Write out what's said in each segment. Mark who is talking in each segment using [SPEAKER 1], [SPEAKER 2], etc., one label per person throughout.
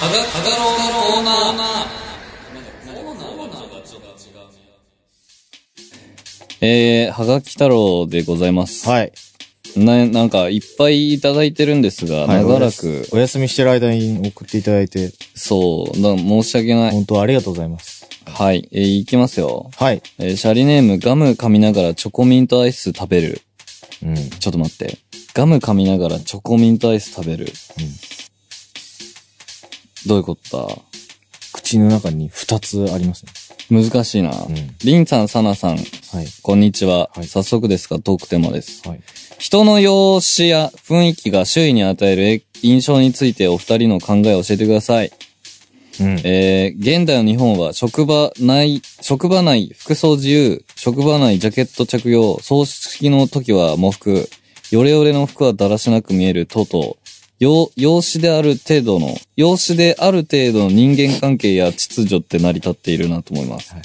[SPEAKER 1] ハガハガローのコーナー。
[SPEAKER 2] えー、はがき太郎でございます。
[SPEAKER 3] はい。
[SPEAKER 2] な、なんか、いっぱいいただいてるんですが、
[SPEAKER 3] はい
[SPEAKER 2] 長ら
[SPEAKER 3] お
[SPEAKER 2] く
[SPEAKER 3] やす、お休みしてる間に送っていただいて、
[SPEAKER 2] そう、な申し訳ない。
[SPEAKER 3] 本当ありがとうございます。
[SPEAKER 2] はい、えー、いきますよ。
[SPEAKER 3] はい。
[SPEAKER 2] えーシャリネーム、ガム噛みながらチョコミントアイス食べる。
[SPEAKER 3] うん。
[SPEAKER 2] ちょっと待って。ガム噛みながらチョコミントアイス食べる。どういうことだ
[SPEAKER 3] 口の中に二つありますね。
[SPEAKER 2] 難しいな。
[SPEAKER 3] ん
[SPEAKER 2] リンさん、サナさん、
[SPEAKER 3] はい。
[SPEAKER 2] こんにちは。
[SPEAKER 3] はい
[SPEAKER 2] 早速ですが、トークテーマです。
[SPEAKER 3] はい。
[SPEAKER 2] 人の容姿や雰囲気が周囲に与えるえ印象についてお二人の考えを教えてください。
[SPEAKER 3] うん。
[SPEAKER 2] えー、現代の日本は職場内、職場内、服装自由、職場内、ジャケット着用、葬式の時は喪服、ヨレヨレの服はだらしなく見える、とうとう、用、用紙である程度の、用紙である程度の人間関係や秩序って成り立っているなと思います。
[SPEAKER 3] はい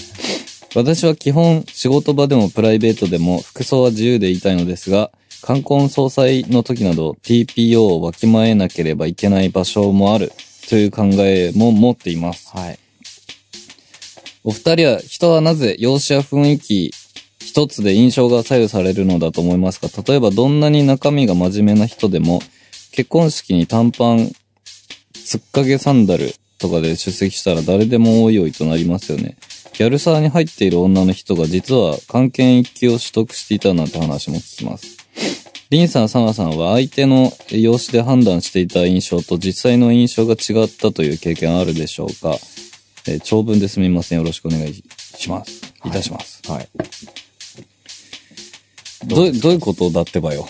[SPEAKER 2] 私は基本、仕事場でもプライベートでも服装は自由でいたいのですが、冠婚葬祭の時など TPO をわきまえなければいけない場所もあるという考えも持っています。
[SPEAKER 3] はい。
[SPEAKER 2] お二人は、人はなぜ容姿や雰囲気一つで印象が左右されるのだと思いますか例えば、どんなに中身が真面目な人でも、結婚式に短パン、つっかけサンダルとかで出席したら誰でもおいおいとなりますよね。ギャルサーに入っている女の人が実は関係一級を取得していたなんて話も聞きます。リンさん、サナさんは相手の容姿で判断していた印象と実際の印象が違ったという経験あるでしょうかえー長文ですみません。よろしくお願いします。いたします。
[SPEAKER 3] はい。
[SPEAKER 2] どう、どういうことだってばよ。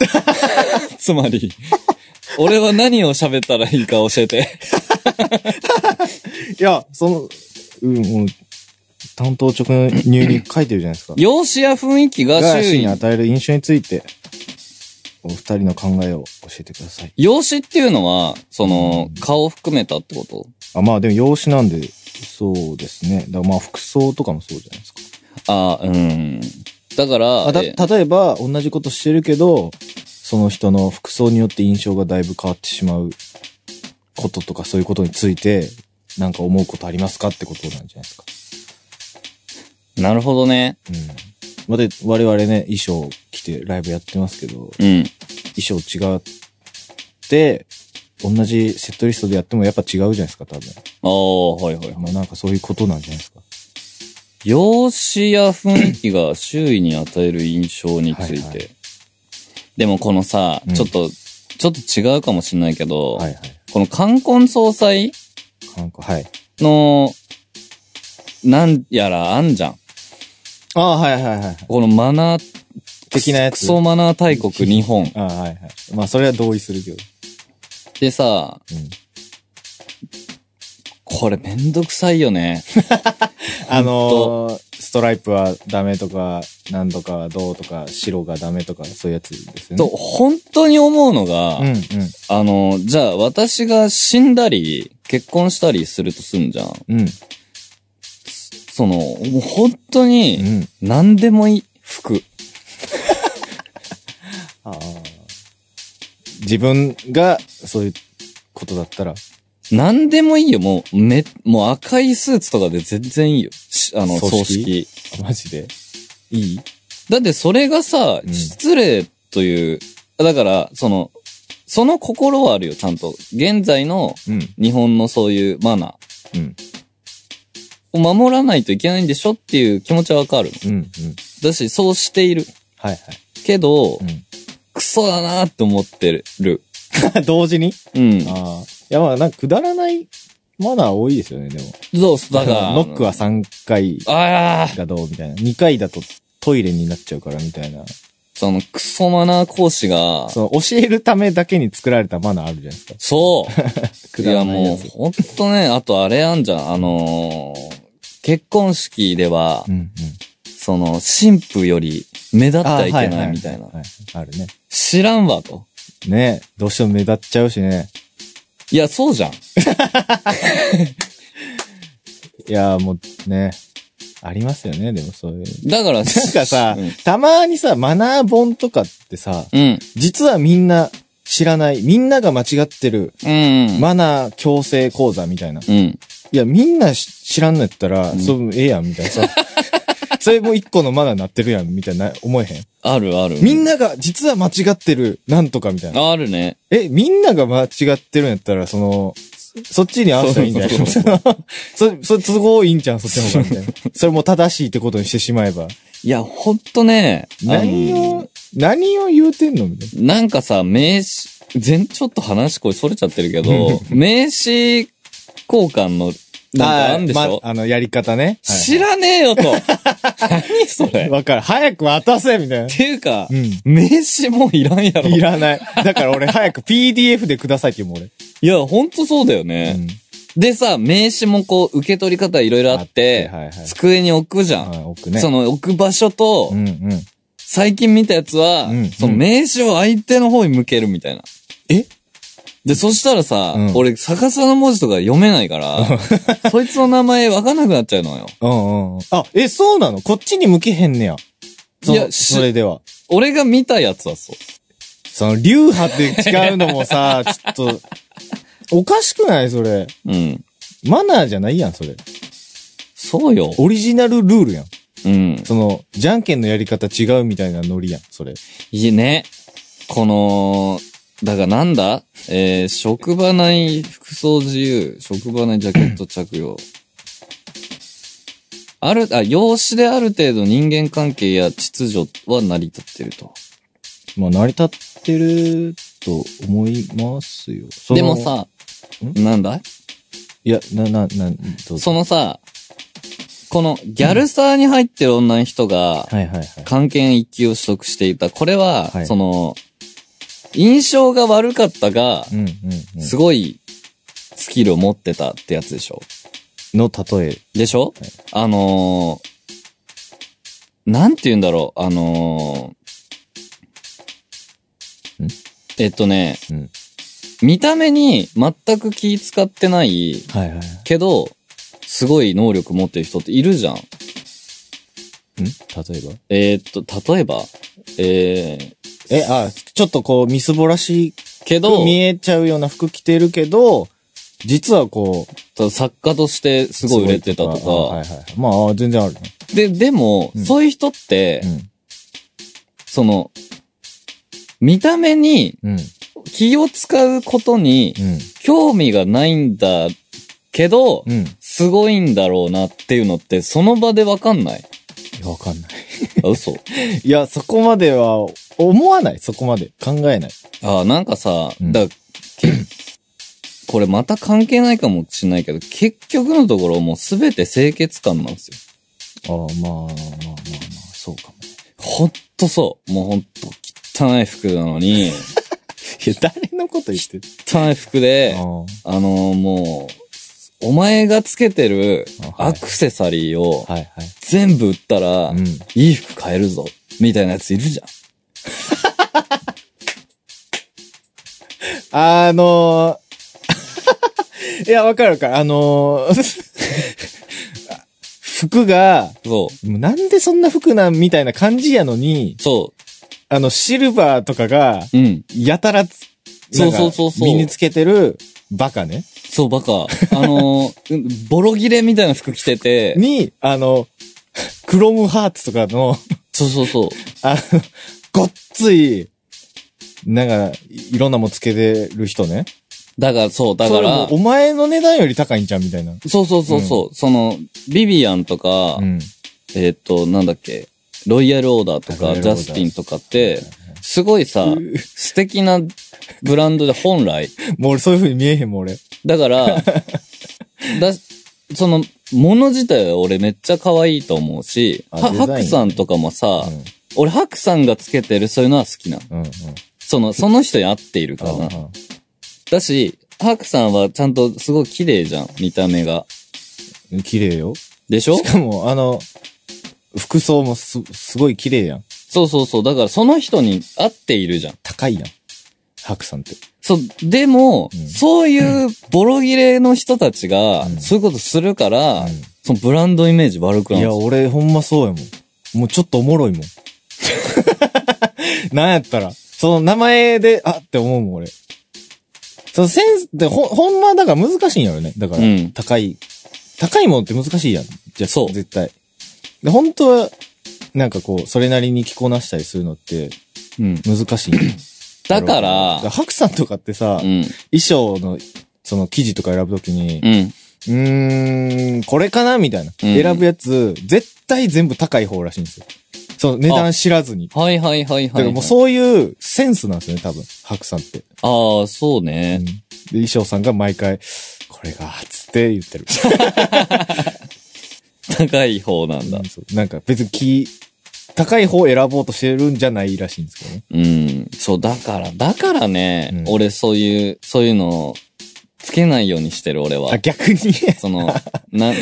[SPEAKER 2] つまり、俺は何を喋ったらいいか教え て。
[SPEAKER 3] いや、その、うん、もう、担当直入に書いてるじゃないですか。
[SPEAKER 2] 容姿や雰囲気が
[SPEAKER 3] が
[SPEAKER 2] 周
[SPEAKER 3] 周囲
[SPEAKER 2] 囲
[SPEAKER 3] に
[SPEAKER 2] に。
[SPEAKER 3] 与える印象について、お二人の考えを教えてください。
[SPEAKER 2] 容姿っていうのは、その、顔を含めたってこと
[SPEAKER 3] あ、まあでも容姿なんで、そうですね。だからまあ服装とかもそうじゃないですか。
[SPEAKER 2] ああ、うん。だから、
[SPEAKER 3] あだ
[SPEAKER 2] え
[SPEAKER 3] 例えば、同じことしてるけど、その人の服装によって印象がだいぶ変わってしまうこととか、そういうことについて、なんか思うことありますかってことなんじゃないですか。
[SPEAKER 2] なるほどね。
[SPEAKER 3] うん。まあで、我々ね、衣装着てライブやってますけど、
[SPEAKER 2] うん。
[SPEAKER 3] 衣装違って、同じセットリストでやってもやっぱ違うじゃないですか、多分。
[SPEAKER 2] ああ、はいはいはい。
[SPEAKER 3] まあなんかそういうことなんじゃないですか。
[SPEAKER 2] 容姿や雰囲気が周囲に与える印象について。
[SPEAKER 3] はいはい
[SPEAKER 2] でもこのさ、
[SPEAKER 3] うん
[SPEAKER 2] ちょっと、ちょっと違うかもしんないけど、
[SPEAKER 3] はいはい。
[SPEAKER 2] この冠婚葬祭
[SPEAKER 3] なんか、はい。
[SPEAKER 2] の、なんやらあんじゃん。
[SPEAKER 3] ああ、はいはいはい。
[SPEAKER 2] このマナー、
[SPEAKER 3] 的なや
[SPEAKER 2] ク
[SPEAKER 3] つ。
[SPEAKER 2] ソマナー大国日本。
[SPEAKER 3] ああ、はいはい。まあそれは同意するけど。
[SPEAKER 2] でさ、
[SPEAKER 3] うん。
[SPEAKER 2] これめんどくさいよね。
[SPEAKER 3] あのー、ストライプはダメとか、なんとかはどうとか、白がダメとか、そういうやつですよね。
[SPEAKER 2] と、本当に思うのが、
[SPEAKER 3] うんうん。
[SPEAKER 2] あの、じゃあ私が死んだり、結婚したりするとすんじゃん。
[SPEAKER 3] うん。
[SPEAKER 2] その、もう本当
[SPEAKER 3] う
[SPEAKER 2] に、
[SPEAKER 3] ん。
[SPEAKER 2] 何でもいい。服。
[SPEAKER 3] ああ。自分が、そういうことだったら、
[SPEAKER 2] 何でもいいよ。もう、め、もう赤いスーツとかで全然いいよ。しあの、
[SPEAKER 3] 葬
[SPEAKER 2] 葬
[SPEAKER 3] 式
[SPEAKER 2] 式。
[SPEAKER 3] あマジで、いい
[SPEAKER 2] だってそれがさ、
[SPEAKER 3] うん
[SPEAKER 2] 失礼という、だから、その、その心はあるよ、ちゃんと。現在の
[SPEAKER 3] うん。
[SPEAKER 2] 日本のそういうマナー
[SPEAKER 3] うん。
[SPEAKER 2] を守らないといけないんでしょっていう気持ちはわかる。
[SPEAKER 3] うん。うん。
[SPEAKER 2] だし、そうしている。
[SPEAKER 3] はいはい。
[SPEAKER 2] けど、
[SPEAKER 3] う
[SPEAKER 2] クソだなって思ってる。
[SPEAKER 3] ん。 同時に
[SPEAKER 2] うん。
[SPEAKER 3] ああ。いやまあ、なんかくだらないマナー多いですよね、でも。
[SPEAKER 2] そう、だから。
[SPEAKER 3] ノックは3回
[SPEAKER 2] ああ、
[SPEAKER 3] がどうみたいな。2回だとトイレになっちゃうからみたいな。
[SPEAKER 2] そのクソマナー講師が、
[SPEAKER 3] その教えるためだけに作られたマナーあるじゃないですか。
[SPEAKER 2] そう。
[SPEAKER 3] く
[SPEAKER 2] い
[SPEAKER 3] だ
[SPEAKER 2] や
[SPEAKER 3] らない
[SPEAKER 2] も
[SPEAKER 3] や
[SPEAKER 2] う
[SPEAKER 3] つ。、
[SPEAKER 2] ほんとね、あとあれあんじゃん、あのー結婚式では、
[SPEAKER 3] うんうん。
[SPEAKER 2] その、新婦より目立って
[SPEAKER 3] あ
[SPEAKER 2] はいけ
[SPEAKER 3] は
[SPEAKER 2] ないみたいな
[SPEAKER 3] は。はいあるね。
[SPEAKER 2] 知らんわと。
[SPEAKER 3] ねどうしても目立っちゃうしね。
[SPEAKER 2] いや、そうじゃん。
[SPEAKER 3] いや、もうね、ありますよね、でもそういう。
[SPEAKER 2] だから、なん
[SPEAKER 3] なんかさ
[SPEAKER 2] う、ん。
[SPEAKER 3] たまにさ、マナー本とかってさ、
[SPEAKER 2] うん
[SPEAKER 3] 実はみんな知らない、みんなが間違ってる、
[SPEAKER 2] うんうん。
[SPEAKER 3] マナー強制講座みたいな。
[SPEAKER 2] うん。
[SPEAKER 3] いや、みんなし知らんのやったら、
[SPEAKER 2] うん
[SPEAKER 3] そう、ええやん、みたい なさ。それも一個のマナーなってるやん、みたいな、思えへん。
[SPEAKER 2] あるある。
[SPEAKER 3] みんなが、実は間違ってる、なんとかみたいな。
[SPEAKER 2] あるね。
[SPEAKER 3] え、みんなが間違ってるんやったら、その、そっちに合わせたらいいんじゃない
[SPEAKER 2] そうそ
[SPEAKER 3] そ そ、そ、都合いいんじゃん、そっちの方が、みたいな。 それも正しいってことにしてしまえば。
[SPEAKER 2] いや、ほんとね。あの
[SPEAKER 3] 何を、何を言うてんのみたい
[SPEAKER 2] なんかさ、名刺、全、ちょっと話これ逸れちゃってるけ ど、名刺交換の、
[SPEAKER 3] な。
[SPEAKER 2] なんかあんでしょ、
[SPEAKER 3] まあの、やり方ね。はい
[SPEAKER 2] 知らねえ よと。何それ。っ
[SPEAKER 3] わかる。早く渡せみたいな。
[SPEAKER 2] ていうか、
[SPEAKER 3] うん
[SPEAKER 2] 名刺もういらんやろ。
[SPEAKER 3] いらない。だから 俺早く PDF でくださいって言うもん、俺。
[SPEAKER 2] いや、ほんとそうだよ
[SPEAKER 3] う
[SPEAKER 2] ね。
[SPEAKER 3] ん
[SPEAKER 2] でさ、名刺もこう、受け取り方いろいろあって、
[SPEAKER 3] はいはい。
[SPEAKER 2] 机に置くじゃん。
[SPEAKER 3] はい、置くね。
[SPEAKER 2] その置く場所と、
[SPEAKER 3] うんうん。
[SPEAKER 2] 最近見たやつは、
[SPEAKER 3] うん
[SPEAKER 2] その名刺を相手の方に向けるみたいな。
[SPEAKER 3] え
[SPEAKER 2] で、そしたらさ、
[SPEAKER 3] うん
[SPEAKER 2] 俺逆さの文字とか読めない から、そいつの名前わかんなくなっちゃうのよ。
[SPEAKER 3] うんうん。あ、え、そうなのこっちに向けへんねや。そ
[SPEAKER 2] いやし
[SPEAKER 3] それでは。
[SPEAKER 2] 俺が見たやつはそう。
[SPEAKER 3] その、流派って違うのも さ、ちょっと、おかしくないそれ。
[SPEAKER 2] うん。
[SPEAKER 3] マナーじゃないやん、それ。
[SPEAKER 2] そうよ。
[SPEAKER 3] オリジナルルールやん。
[SPEAKER 2] うん。
[SPEAKER 3] その、じゃんけんのやり方違うみたいなノリやん、それ。
[SPEAKER 2] いいね。この、だからなんだえー、職場内服装自由、職場内ジャケット着用。ある、あ、容姿である程度人間関係や秩序は成り立ってると。
[SPEAKER 3] まあ、成り立ってると思いますよ。その
[SPEAKER 2] でも、さ、
[SPEAKER 3] ん
[SPEAKER 2] なんだ
[SPEAKER 3] いや、な、な、な、どうぞ。
[SPEAKER 2] そのさ、このギャルサーに入ってる女の人が、
[SPEAKER 3] はいはいはい。
[SPEAKER 2] 関係一級を取得していた。これは、
[SPEAKER 3] はい
[SPEAKER 2] その、印象が悪かったが、
[SPEAKER 3] うんうん、うん。
[SPEAKER 2] すごいスキルを持ってたってやつでしょ
[SPEAKER 3] の例え。
[SPEAKER 2] でしょ、
[SPEAKER 3] はい
[SPEAKER 2] あのー、なんて言うんだろう、あのー
[SPEAKER 3] ん
[SPEAKER 2] えっとね、
[SPEAKER 3] うん
[SPEAKER 2] 見た目に全く気使ってない
[SPEAKER 3] はいはい。
[SPEAKER 2] けど、すごい能力持ってる人っているじゃん。
[SPEAKER 3] ん例えば
[SPEAKER 2] えーっと、例えば、えー、
[SPEAKER 3] え、あ、ちょっとこう、みすぼらし
[SPEAKER 2] けど
[SPEAKER 3] く、見えちゃうような服着てるけど、実はこう、
[SPEAKER 2] 作家としてすごい売れてたと
[SPEAKER 3] すごいあはい
[SPEAKER 2] か。
[SPEAKER 3] はいはい。まああ、全然あるね。
[SPEAKER 2] で、でも、
[SPEAKER 3] うん
[SPEAKER 2] そういう人って、その、見た目に
[SPEAKER 3] うん。うん。
[SPEAKER 2] 気を使うことに
[SPEAKER 3] うん。
[SPEAKER 2] 興味がないんだけど、
[SPEAKER 3] うん。
[SPEAKER 2] すごいんだろうなっていうのって、その場でわかん ない。
[SPEAKER 3] いや、わかんない。
[SPEAKER 2] あ嘘。
[SPEAKER 3] いや、そこまでは、思わない。そこまで。考えない。
[SPEAKER 2] あなんかさ、
[SPEAKER 3] うん
[SPEAKER 2] だ、けこれまた関係ないかもしれないけど、結局のところもうすべて清潔感なんですよ。
[SPEAKER 3] ああ、まあ、まあまあまあ、そうかも。
[SPEAKER 2] ほんとそう。もうほんと汚い服なのに、
[SPEAKER 3] いや、誰のこと言ってる
[SPEAKER 2] 汚い服で、あのーもう、お前がつけてる
[SPEAKER 3] あは
[SPEAKER 2] ア
[SPEAKER 3] い
[SPEAKER 2] クセサリーを
[SPEAKER 3] はいはい。
[SPEAKER 2] 全部売ったら、
[SPEAKER 3] うん。
[SPEAKER 2] いい服買えるぞ、みたいなやついるじゃん。
[SPEAKER 3] あのー、いや、わかるわかる。あのー、服が、
[SPEAKER 2] そ
[SPEAKER 3] もうなんでそんな服なんみたいな感じやのに
[SPEAKER 2] う。、そ
[SPEAKER 3] あの、シルバーとかが、
[SPEAKER 2] う。うん。
[SPEAKER 3] やたらつ、
[SPEAKER 2] そうそうそうそう
[SPEAKER 3] なんか身につけてる、バカね。
[SPEAKER 2] そう、バカ。あのー、 うんボロ切れみたいな服着てて、
[SPEAKER 3] に、あの、 クロムハーツとかの、
[SPEAKER 2] そうそうそう。
[SPEAKER 3] あの、ごっつい、なんか、いろんなもんつけてる人ね。
[SPEAKER 2] だから、そう、だか
[SPEAKER 3] それも
[SPEAKER 2] ら
[SPEAKER 3] う、お前の値段より高いんじゃんみたいな。
[SPEAKER 2] そうそうそうそう、その、ビビアンとか、
[SPEAKER 3] うん。
[SPEAKER 2] えーっ、と、なんだっけ、ロイヤルオーダーと
[SPEAKER 3] ロイ
[SPEAKER 2] か、
[SPEAKER 3] ヤ
[SPEAKER 2] ジ
[SPEAKER 3] ルオーダ
[SPEAKER 2] ャ
[SPEAKER 3] ー
[SPEAKER 2] スティンとかって、すごい さ、素敵なブランドで本来。
[SPEAKER 3] もう俺そういう風に見えへんもん、俺。
[SPEAKER 2] だ から、だその、もの自体は俺めっちゃ可愛いと思うし、
[SPEAKER 3] あ
[SPEAKER 2] は
[SPEAKER 3] デザインね
[SPEAKER 2] ハクさんとかもさ、俺ハクさんがつけてるそういうのは好きなの。
[SPEAKER 3] うん。うん。うん。
[SPEAKER 2] その、その人に合っているからな。
[SPEAKER 3] あ
[SPEAKER 2] だし、ハクさんはちゃんとすごい綺麗じゃん、見た目が。
[SPEAKER 3] あ綺麗よ。
[SPEAKER 2] でしょ
[SPEAKER 3] しかも、あの、服装もす、すごい綺麗やん。
[SPEAKER 2] そうそうそう。だからその人に合っているじゃん。
[SPEAKER 3] 高いやん。白さんって。
[SPEAKER 2] そう、でも、
[SPEAKER 3] うん
[SPEAKER 2] そういうボロ切れの人たちが、
[SPEAKER 3] うん
[SPEAKER 2] そういうことするから、
[SPEAKER 3] うん
[SPEAKER 2] そのブランドイメージ悪くないるんですよ。
[SPEAKER 3] や、俺ほんまそうやもん。もうちょっとおもろいもん。 なんやったら。その名前で、あって思うもん、俺。そのセンスって、ほ、ほんまだから難しいんやろね。だから、
[SPEAKER 2] うん
[SPEAKER 3] 高い。高いものって難しいやん。じゃ
[SPEAKER 2] そう
[SPEAKER 3] 絶対。で、本当は、なんかこう、それなりに着こなしたりするのって
[SPEAKER 2] うん。
[SPEAKER 3] 難しいんや
[SPEAKER 2] だから、
[SPEAKER 3] ハクさんとかってさ、
[SPEAKER 2] うん。
[SPEAKER 3] 衣装の、その記事とか選ぶときに、
[SPEAKER 2] うん。
[SPEAKER 3] うーん、これかなみたいな。
[SPEAKER 2] うん
[SPEAKER 3] 選ぶやつ、絶対全部高い方らしいんですよ。その値段知らずに。
[SPEAKER 2] はいはいはい
[SPEAKER 3] だか
[SPEAKER 2] はい、
[SPEAKER 3] らもうそういうセンスなんですよね、多分。白さんって。
[SPEAKER 2] ああ、そうね
[SPEAKER 3] うん。で、衣装さんが毎回、これが、つって言ってる。
[SPEAKER 2] 高い方なんだ
[SPEAKER 3] うん。そうなんか別に気、高い方を選ぼうとしてるんじゃないらしいんですけどね。
[SPEAKER 2] うん。そう、だから、だからね、
[SPEAKER 3] うん
[SPEAKER 2] 俺そういう、そういうのをつけないようにしてる、俺は
[SPEAKER 3] あ、。逆に。
[SPEAKER 2] その、な、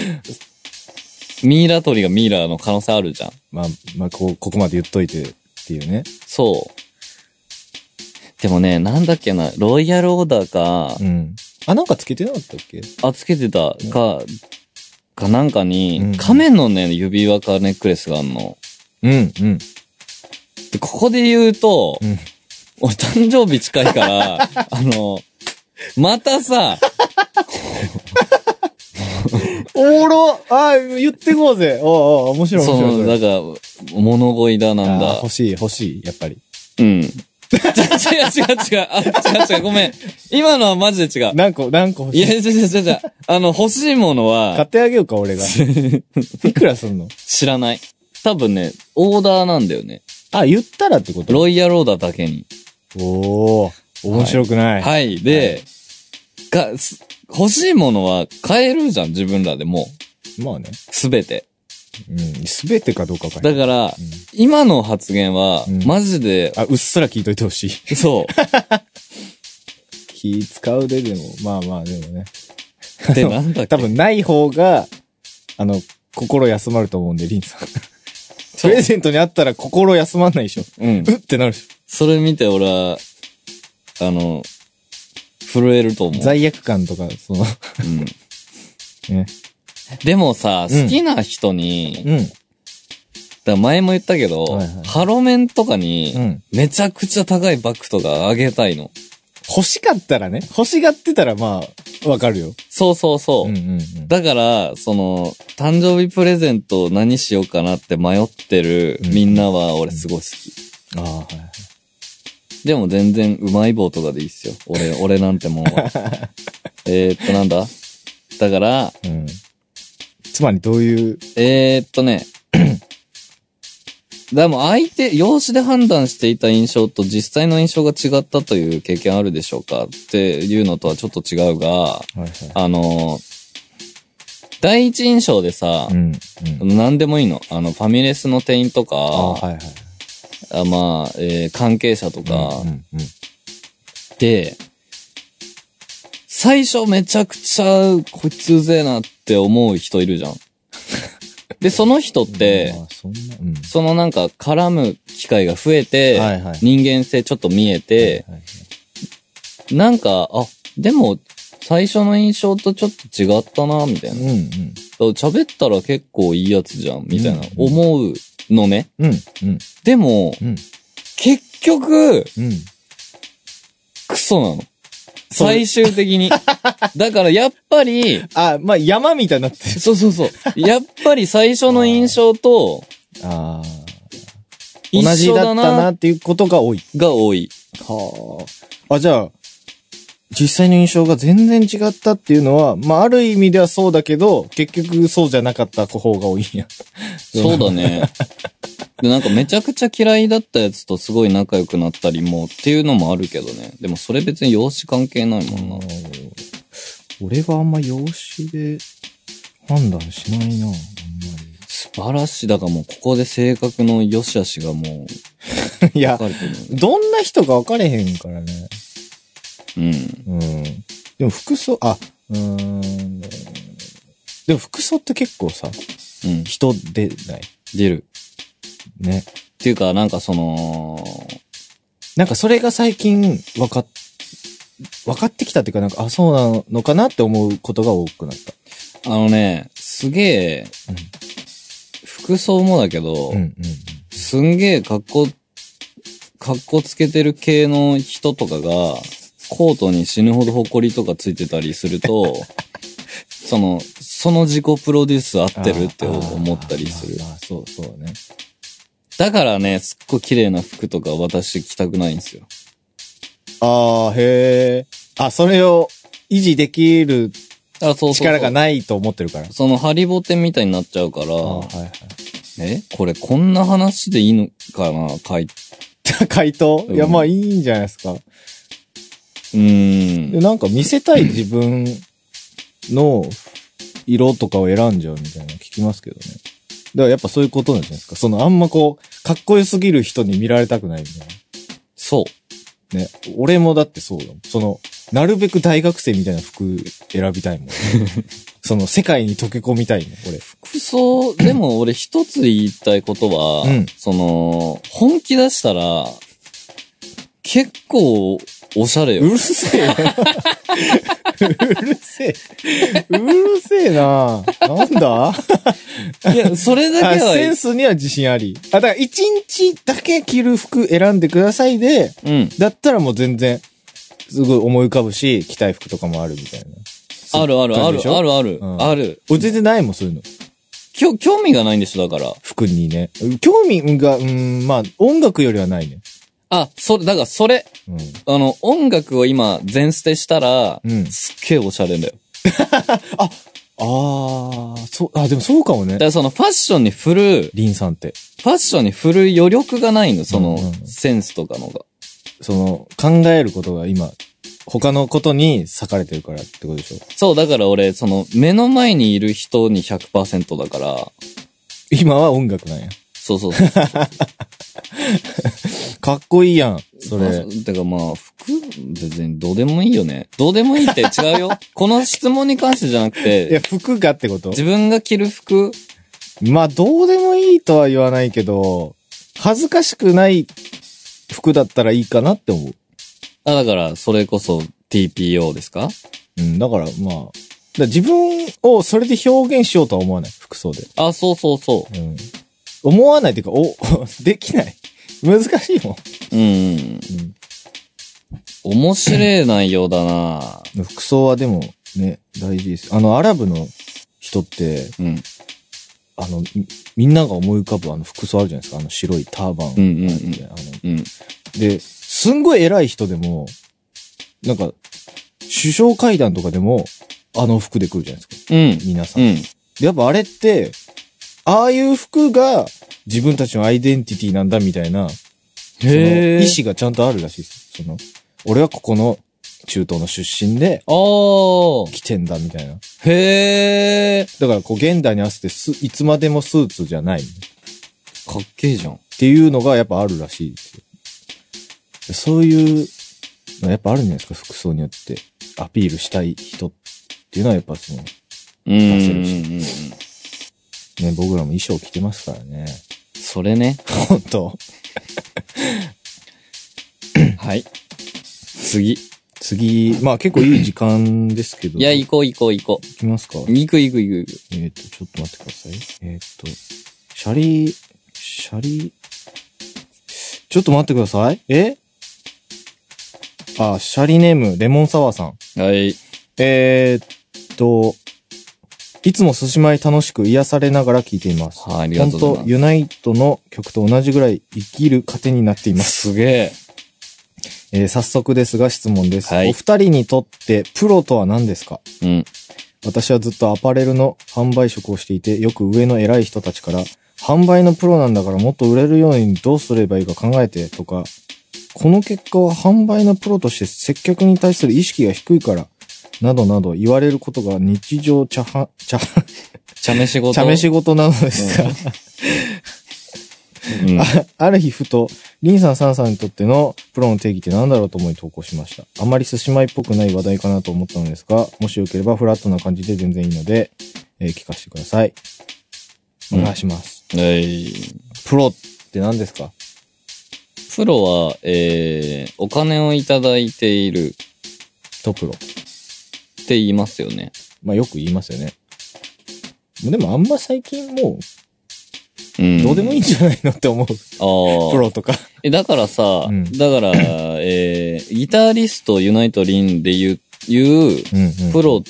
[SPEAKER 2] ミイラ取りがミイラの可能性あるじゃん。
[SPEAKER 3] まあ、まあ、こう、ここまで言っといてっていうね。
[SPEAKER 2] そう。でもね、なんだっけな、ロイヤルオーダーか
[SPEAKER 3] う、ん。あ、なんかつけてなかったっけ
[SPEAKER 2] あ、つけてたか、かなんか
[SPEAKER 3] う
[SPEAKER 2] に
[SPEAKER 3] ん、
[SPEAKER 2] 仮面のね、指輪かネックレスがあんの。
[SPEAKER 3] うん、うん。
[SPEAKER 2] で、ここで言うと、
[SPEAKER 3] うん
[SPEAKER 2] 俺誕生日近いから、 あの、またさ、
[SPEAKER 3] おもろあ、言ってこうぜ。おうおう面白い面
[SPEAKER 2] そ
[SPEAKER 3] 白い
[SPEAKER 2] の、
[SPEAKER 3] 面白
[SPEAKER 2] だ
[SPEAKER 3] い。
[SPEAKER 2] から、物乞いだなん
[SPEAKER 3] あ
[SPEAKER 2] だ
[SPEAKER 3] ー。欲しい、欲しい、やっぱり。
[SPEAKER 2] うん。違う違う違 うあ、違う違う、ごめん。今のはマジで違う。
[SPEAKER 3] 何個、何個欲
[SPEAKER 2] い
[SPEAKER 3] し
[SPEAKER 2] や、
[SPEAKER 3] い。
[SPEAKER 2] 違う違う違う違う。あの、欲しいもの
[SPEAKER 3] 買っ
[SPEAKER 2] は、
[SPEAKER 3] てあげようか、俺が。 いくらすんの
[SPEAKER 2] 知らない。多分ね、オーダーなんだよね。
[SPEAKER 3] あ、言ったらってこと
[SPEAKER 2] ロイヤルオーダーだけに。
[SPEAKER 3] おお面白くない。
[SPEAKER 2] はい。で、が、す欲しいものは買えるじゃん、自分らでもう。
[SPEAKER 3] まあね。
[SPEAKER 2] すべて。
[SPEAKER 3] うん。すべてかどうかわかんな
[SPEAKER 2] だ
[SPEAKER 3] い。
[SPEAKER 2] から、今の発言は、
[SPEAKER 3] うん
[SPEAKER 2] マジで、
[SPEAKER 3] あ、うっすら聞いといてほしい。
[SPEAKER 2] そう。
[SPEAKER 3] 気使うで、でも。まあまあ、でもね。
[SPEAKER 2] で、なんだっけ
[SPEAKER 3] 多分ない方が、あの、心休まると思うんで、リンさん。プレゼントにあったら心休まんないでしょ。
[SPEAKER 2] うん
[SPEAKER 3] う。ってなるでし
[SPEAKER 2] それ見て、俺は、あの、震えると思
[SPEAKER 3] ょ。
[SPEAKER 2] う。
[SPEAKER 3] 罪悪感とか、その、
[SPEAKER 2] うん
[SPEAKER 3] ね。
[SPEAKER 2] でもさ、
[SPEAKER 3] うん
[SPEAKER 2] 好きな人に、だか
[SPEAKER 3] うん。
[SPEAKER 2] ら前も言ったけど、
[SPEAKER 3] はいはい
[SPEAKER 2] ハロメンとかに、
[SPEAKER 3] うん
[SPEAKER 2] めちゃくちゃ高いバッグとかあげたいの。
[SPEAKER 3] 欲しかったらね。欲しがってたら、まあ、わかるよ。
[SPEAKER 2] そうそうそう。
[SPEAKER 3] うんうんうん。
[SPEAKER 2] だから、その、誕生日プレゼント何しようかなって迷ってる
[SPEAKER 3] うん
[SPEAKER 2] みんなは俺すごい好き。
[SPEAKER 3] ああ、はいはい。
[SPEAKER 2] でも全然うまい棒とかでいいっすよ。俺、俺なんてもう。 えーっと、なんだだから、
[SPEAKER 3] うん。つまりどういう、
[SPEAKER 2] えー、っとね。 でも相手、容姿で判断していた印象と実際の印象が違ったという経験あるでしょうかっていうのとはちょっと違うが、
[SPEAKER 3] はいはい。
[SPEAKER 2] あの第一印象でさ
[SPEAKER 3] う、ん、うん。
[SPEAKER 2] 何でもいいの。あの、ファミレスの店員とか、
[SPEAKER 3] ああ、はいはい。
[SPEAKER 2] あまあ、えー関係者とか、
[SPEAKER 3] うんうんうん
[SPEAKER 2] で、最初めちゃくちゃ、こいつうぜえなって思う人いるじゃん。 で、その人って、
[SPEAKER 3] まあ、そんな、うん。
[SPEAKER 2] そのなんか絡む機会が増えて、
[SPEAKER 3] はいはい
[SPEAKER 2] 人間性ちょっと見えて、
[SPEAKER 3] はいはい
[SPEAKER 2] なんか、あ、でも、最初の印象とちょっと違ったな、みたいな。だか
[SPEAKER 3] うん
[SPEAKER 2] ら喋ったら結構いいやつじゃん、みたいな、
[SPEAKER 3] うん
[SPEAKER 2] 思うのね。
[SPEAKER 3] うん。うんうん
[SPEAKER 2] でも、
[SPEAKER 3] うん
[SPEAKER 2] 結局、
[SPEAKER 3] うん。
[SPEAKER 2] クソなの。
[SPEAKER 3] それ
[SPEAKER 2] 最終的 に。だからやっぱり、
[SPEAKER 3] あ、まあ、山みたいになってる。
[SPEAKER 2] そうそうそう。やっぱり最初の印象と
[SPEAKER 3] ああ。
[SPEAKER 2] 一
[SPEAKER 3] 同じ
[SPEAKER 2] 緒
[SPEAKER 3] だ
[SPEAKER 2] だ
[SPEAKER 3] った
[SPEAKER 2] な
[SPEAKER 3] なっていうことが多い。
[SPEAKER 2] が多い。
[SPEAKER 3] はあ。あ、じゃあ、実際の印象が全然違ったっていうのは、まあ、ある意味ではそうだけど、結局そうじゃなかった方が多いんや。
[SPEAKER 2] そうだ ね。で、なんかめちゃくちゃ嫌いだったやつとすごい仲良くなったりもっていうのもあるけどね。でもそれ別に容姿関係ない
[SPEAKER 3] あ
[SPEAKER 2] もんな。
[SPEAKER 3] ー俺はあんま容姿で判断しないな、あんま
[SPEAKER 2] 素晴らしい。だからもうここで性格の良し悪しがも
[SPEAKER 3] り。いうや
[SPEAKER 2] 分、かれてるよね。
[SPEAKER 3] どんな人か分かれへんからね。
[SPEAKER 2] うん。
[SPEAKER 3] うん。でも服装、あ、うーん。でも服装って結構さ、
[SPEAKER 2] うん。
[SPEAKER 3] 人出ない。
[SPEAKER 2] 出る。
[SPEAKER 3] ね。
[SPEAKER 2] っていうか、なんかその、
[SPEAKER 3] なんかそれが最近分かっ、分かってきたっていうか、なんか、あ、そうなのかなって思うことが多くなった。
[SPEAKER 2] あのね、すげえ、
[SPEAKER 3] うん
[SPEAKER 2] 服装もだけど、
[SPEAKER 3] うんうん。
[SPEAKER 2] すんげえ格好、格好つけてる系の人とかが、コートに死ぬほど埃とかついてたりする と、その、その自己プロデュース合ってるって思ったりする
[SPEAKER 3] あ。ーまあまあそう、そうね。
[SPEAKER 2] だからね、すっごい綺麗な服とか私着たくないんですよ。
[SPEAKER 3] ああ、へえ。あ、それを維持できる
[SPEAKER 2] あ、そうそうそう
[SPEAKER 3] 力がないと思ってるから。
[SPEAKER 2] そのハリボテみたいになっちゃうから、
[SPEAKER 3] あーはい
[SPEAKER 2] えこれこんな話でいいのかなかい、
[SPEAKER 3] はい。 回答いや、
[SPEAKER 2] うん
[SPEAKER 3] まあいいんじゃないですか。
[SPEAKER 2] うー
[SPEAKER 3] で
[SPEAKER 2] ん。
[SPEAKER 3] なんか見せたい自分の色とかを選んじゃうみたいなの聞きますけどね。だからやっぱそういうことなんじゃないですか。そのあんまこう、かっこよすぎる人に見られたくないみたい
[SPEAKER 2] そう。
[SPEAKER 3] な。ね。俺もだってそうだもん。その、なるべく大学生みたいな服選び たいもん。その世界に溶け込みたいもん、俺。
[SPEAKER 2] 服装、でも俺一つ言いたいことは、
[SPEAKER 3] うん
[SPEAKER 2] その、本気出したら、結構、おしゃれ
[SPEAKER 3] う
[SPEAKER 2] よ。
[SPEAKER 3] るせえな。うるせえ。うるせえな。なんだ
[SPEAKER 2] いや、それだ
[SPEAKER 3] あ
[SPEAKER 2] けは、
[SPEAKER 3] センスには自信あり。あ、だから一日だけ着る服選んでくださいで、
[SPEAKER 2] うん。
[SPEAKER 3] だったらもう全然、すごい思い浮かぶし、着たい服とかもあるみたいな。
[SPEAKER 2] あるあるある、あ
[SPEAKER 3] る。
[SPEAKER 2] るある、
[SPEAKER 3] うん
[SPEAKER 2] ある。
[SPEAKER 3] 俺全然ないもん、そういうの。
[SPEAKER 2] きょ、興味がないんでしょ、だから。
[SPEAKER 3] 服にね。興味が、うーん、まあ、音楽よりはないね。
[SPEAKER 2] あ、それ、だからそれ、
[SPEAKER 3] うん。
[SPEAKER 2] あの、音楽を今、全捨てしたら、
[SPEAKER 3] うん
[SPEAKER 2] すっげえおしゃれだよ。
[SPEAKER 3] あー、そう、あ、でもそうかもね
[SPEAKER 2] だか。らそのファッションに振る、
[SPEAKER 3] リンさんって。
[SPEAKER 2] ファッションに振る余力がないの、その
[SPEAKER 3] うんうん、
[SPEAKER 2] センスとかのが。
[SPEAKER 3] その、考えることが今、他のことに裂かれてるからってことでしょ。
[SPEAKER 2] そう、だから俺、その、目の前にいる人に100%だから、
[SPEAKER 3] 今は音楽なんや。
[SPEAKER 2] そう そうそう。
[SPEAKER 3] かっこいいやん、そ
[SPEAKER 2] まあ
[SPEAKER 3] れ。
[SPEAKER 2] うだからまあ、服、別にどうでもいいよね。どうでもいいって違うよ。 この質問に関してじゃなく
[SPEAKER 3] いや、
[SPEAKER 2] て、
[SPEAKER 3] 服がってこと
[SPEAKER 2] 自分が着る服、
[SPEAKER 3] まあ、どうでもいいとは言わないけど、恥ずかしくない服だったらいいかなって思う。
[SPEAKER 2] あ、だから、それこそ TPO ですか
[SPEAKER 3] うん、だからまあ、だから自分をそれで表現しようとは思わない、服装で。
[SPEAKER 2] あ、そうそうそ
[SPEAKER 3] うん。思わないっていうか、お、 できない。難しいも
[SPEAKER 2] う。
[SPEAKER 3] ん。
[SPEAKER 2] うん。面白い内容だな
[SPEAKER 3] うん、服装はでもね、大事です。あの、アラブの人って、
[SPEAKER 2] うん。
[SPEAKER 3] あの、みみんなが思い浮かぶあの服装あるじゃないですか。あの白いターバ
[SPEAKER 2] う
[SPEAKER 3] ン。
[SPEAKER 2] んうんうん
[SPEAKER 3] あの
[SPEAKER 2] うん。
[SPEAKER 3] で、すんごい偉い人でも、なんか、首相会談とかでも、あの服で来るじゃないですか。
[SPEAKER 2] うん。
[SPEAKER 3] 皆さ。
[SPEAKER 2] うんん。
[SPEAKER 3] でやっぱあれって、ああいう服が自分たちのアイデンティティなんだみたいな、その
[SPEAKER 2] へ
[SPEAKER 3] 意
[SPEAKER 2] え。
[SPEAKER 3] 思がちゃんとあるらしいです。その、俺はここの中東の出身で
[SPEAKER 2] ああ。
[SPEAKER 3] 来てんだみたいな。
[SPEAKER 2] へえ。
[SPEAKER 3] だからこう現代に合わせてす、いつまでもスーツじゃない。っ
[SPEAKER 2] かっけえじゃん。
[SPEAKER 3] ていうのがやっぱあるらしいですよ。そういうのやっぱあるんじゃないですか、服装によって。アピールしたい人っていうのはやっぱその、ね、
[SPEAKER 2] うんうんうんうん。
[SPEAKER 3] 僕らも衣装着てますからね。
[SPEAKER 2] それ ね。
[SPEAKER 3] 本当
[SPEAKER 2] はい。次。い
[SPEAKER 3] 次、まあ結構いい時間ですけど。
[SPEAKER 2] や、
[SPEAKER 3] 行
[SPEAKER 2] 行こう行こう行こ
[SPEAKER 3] きますか。
[SPEAKER 2] う。行く行く行く行く。
[SPEAKER 3] えっ、と、ちょっと待ってください。えっ、と、シャリ、シャリ、ちょっと待ってください。えあ、シャリネーム、レモンサワーさん。
[SPEAKER 2] はい。
[SPEAKER 3] えーっと、いつもすしまい楽しく癒されながら聞いています。
[SPEAKER 2] はい、ありが
[SPEAKER 3] 本
[SPEAKER 2] とうご
[SPEAKER 3] 当
[SPEAKER 2] ざいま
[SPEAKER 3] ユナイトの曲と同じぐらい生きる糧になっています
[SPEAKER 2] す。。すげえ。
[SPEAKER 3] えー早速ですが質問です。
[SPEAKER 2] はい
[SPEAKER 3] お二人にとってプロとは何ですか
[SPEAKER 2] うん。
[SPEAKER 3] 私はずっとアパレルの販売職をしていて、よく上の偉い人たちから、販売のプロなんだからもっと売れるようにどうすればいいか考えてとか、この結果は販売のプロとして接客に対する意識が低いから、などなど言われることが日常茶飯、茶飯、
[SPEAKER 2] 茶飯事。
[SPEAKER 3] 茶飯事なのです が、
[SPEAKER 2] うん。
[SPEAKER 3] あある日ふと、リンさん、サンさんにとってのプロの定義って何だろうと思い投稿しました。あまり寿司米っぽくない話題かなと思ったのですが、もしよければフラットな感じで全然いいので、えー聞かせてください。お願いします。
[SPEAKER 2] はい。
[SPEAKER 3] プロって何ですか
[SPEAKER 2] プロは、えー、お金をいただいている
[SPEAKER 3] とプロ。
[SPEAKER 2] って言いますよね。
[SPEAKER 3] まあよく言いますよね。でもあんま最近もう、
[SPEAKER 2] うん。
[SPEAKER 3] どうでもいいんじゃないのって思
[SPEAKER 2] あ
[SPEAKER 3] う。
[SPEAKER 2] あ。
[SPEAKER 3] プロとか。
[SPEAKER 2] え、だからさ、
[SPEAKER 3] うん
[SPEAKER 2] だから、えーギタリストユナイト・リンで言う、言う、
[SPEAKER 3] うん、うん。
[SPEAKER 2] プロっ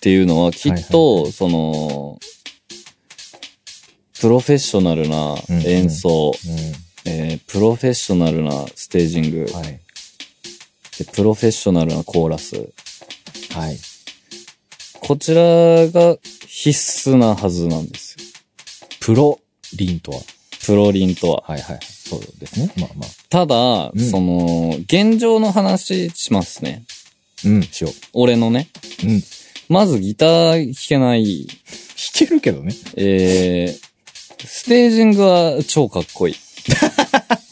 [SPEAKER 2] ていうのはきっ
[SPEAKER 3] はい
[SPEAKER 2] と、その、プロフェッショナルな
[SPEAKER 3] うんうん
[SPEAKER 2] 演奏、
[SPEAKER 3] う
[SPEAKER 2] えープロフェッショナルなステージング、
[SPEAKER 3] ん。はい。
[SPEAKER 2] でプロフェッショナルなコーラス。
[SPEAKER 3] はい。
[SPEAKER 2] こちらが必須なはずなんですよ。
[SPEAKER 3] プロリンとは。
[SPEAKER 2] プロリンとは。
[SPEAKER 3] はいはい。そうですね。まあまあ。
[SPEAKER 2] ただ、
[SPEAKER 3] ん
[SPEAKER 2] その、現状の話しますね。
[SPEAKER 3] うん、しよ
[SPEAKER 2] 俺のね。
[SPEAKER 3] う。うん。弾
[SPEAKER 2] まずギター弾けない。
[SPEAKER 3] けるけどね。
[SPEAKER 2] えー、ステージングは超かっこい い。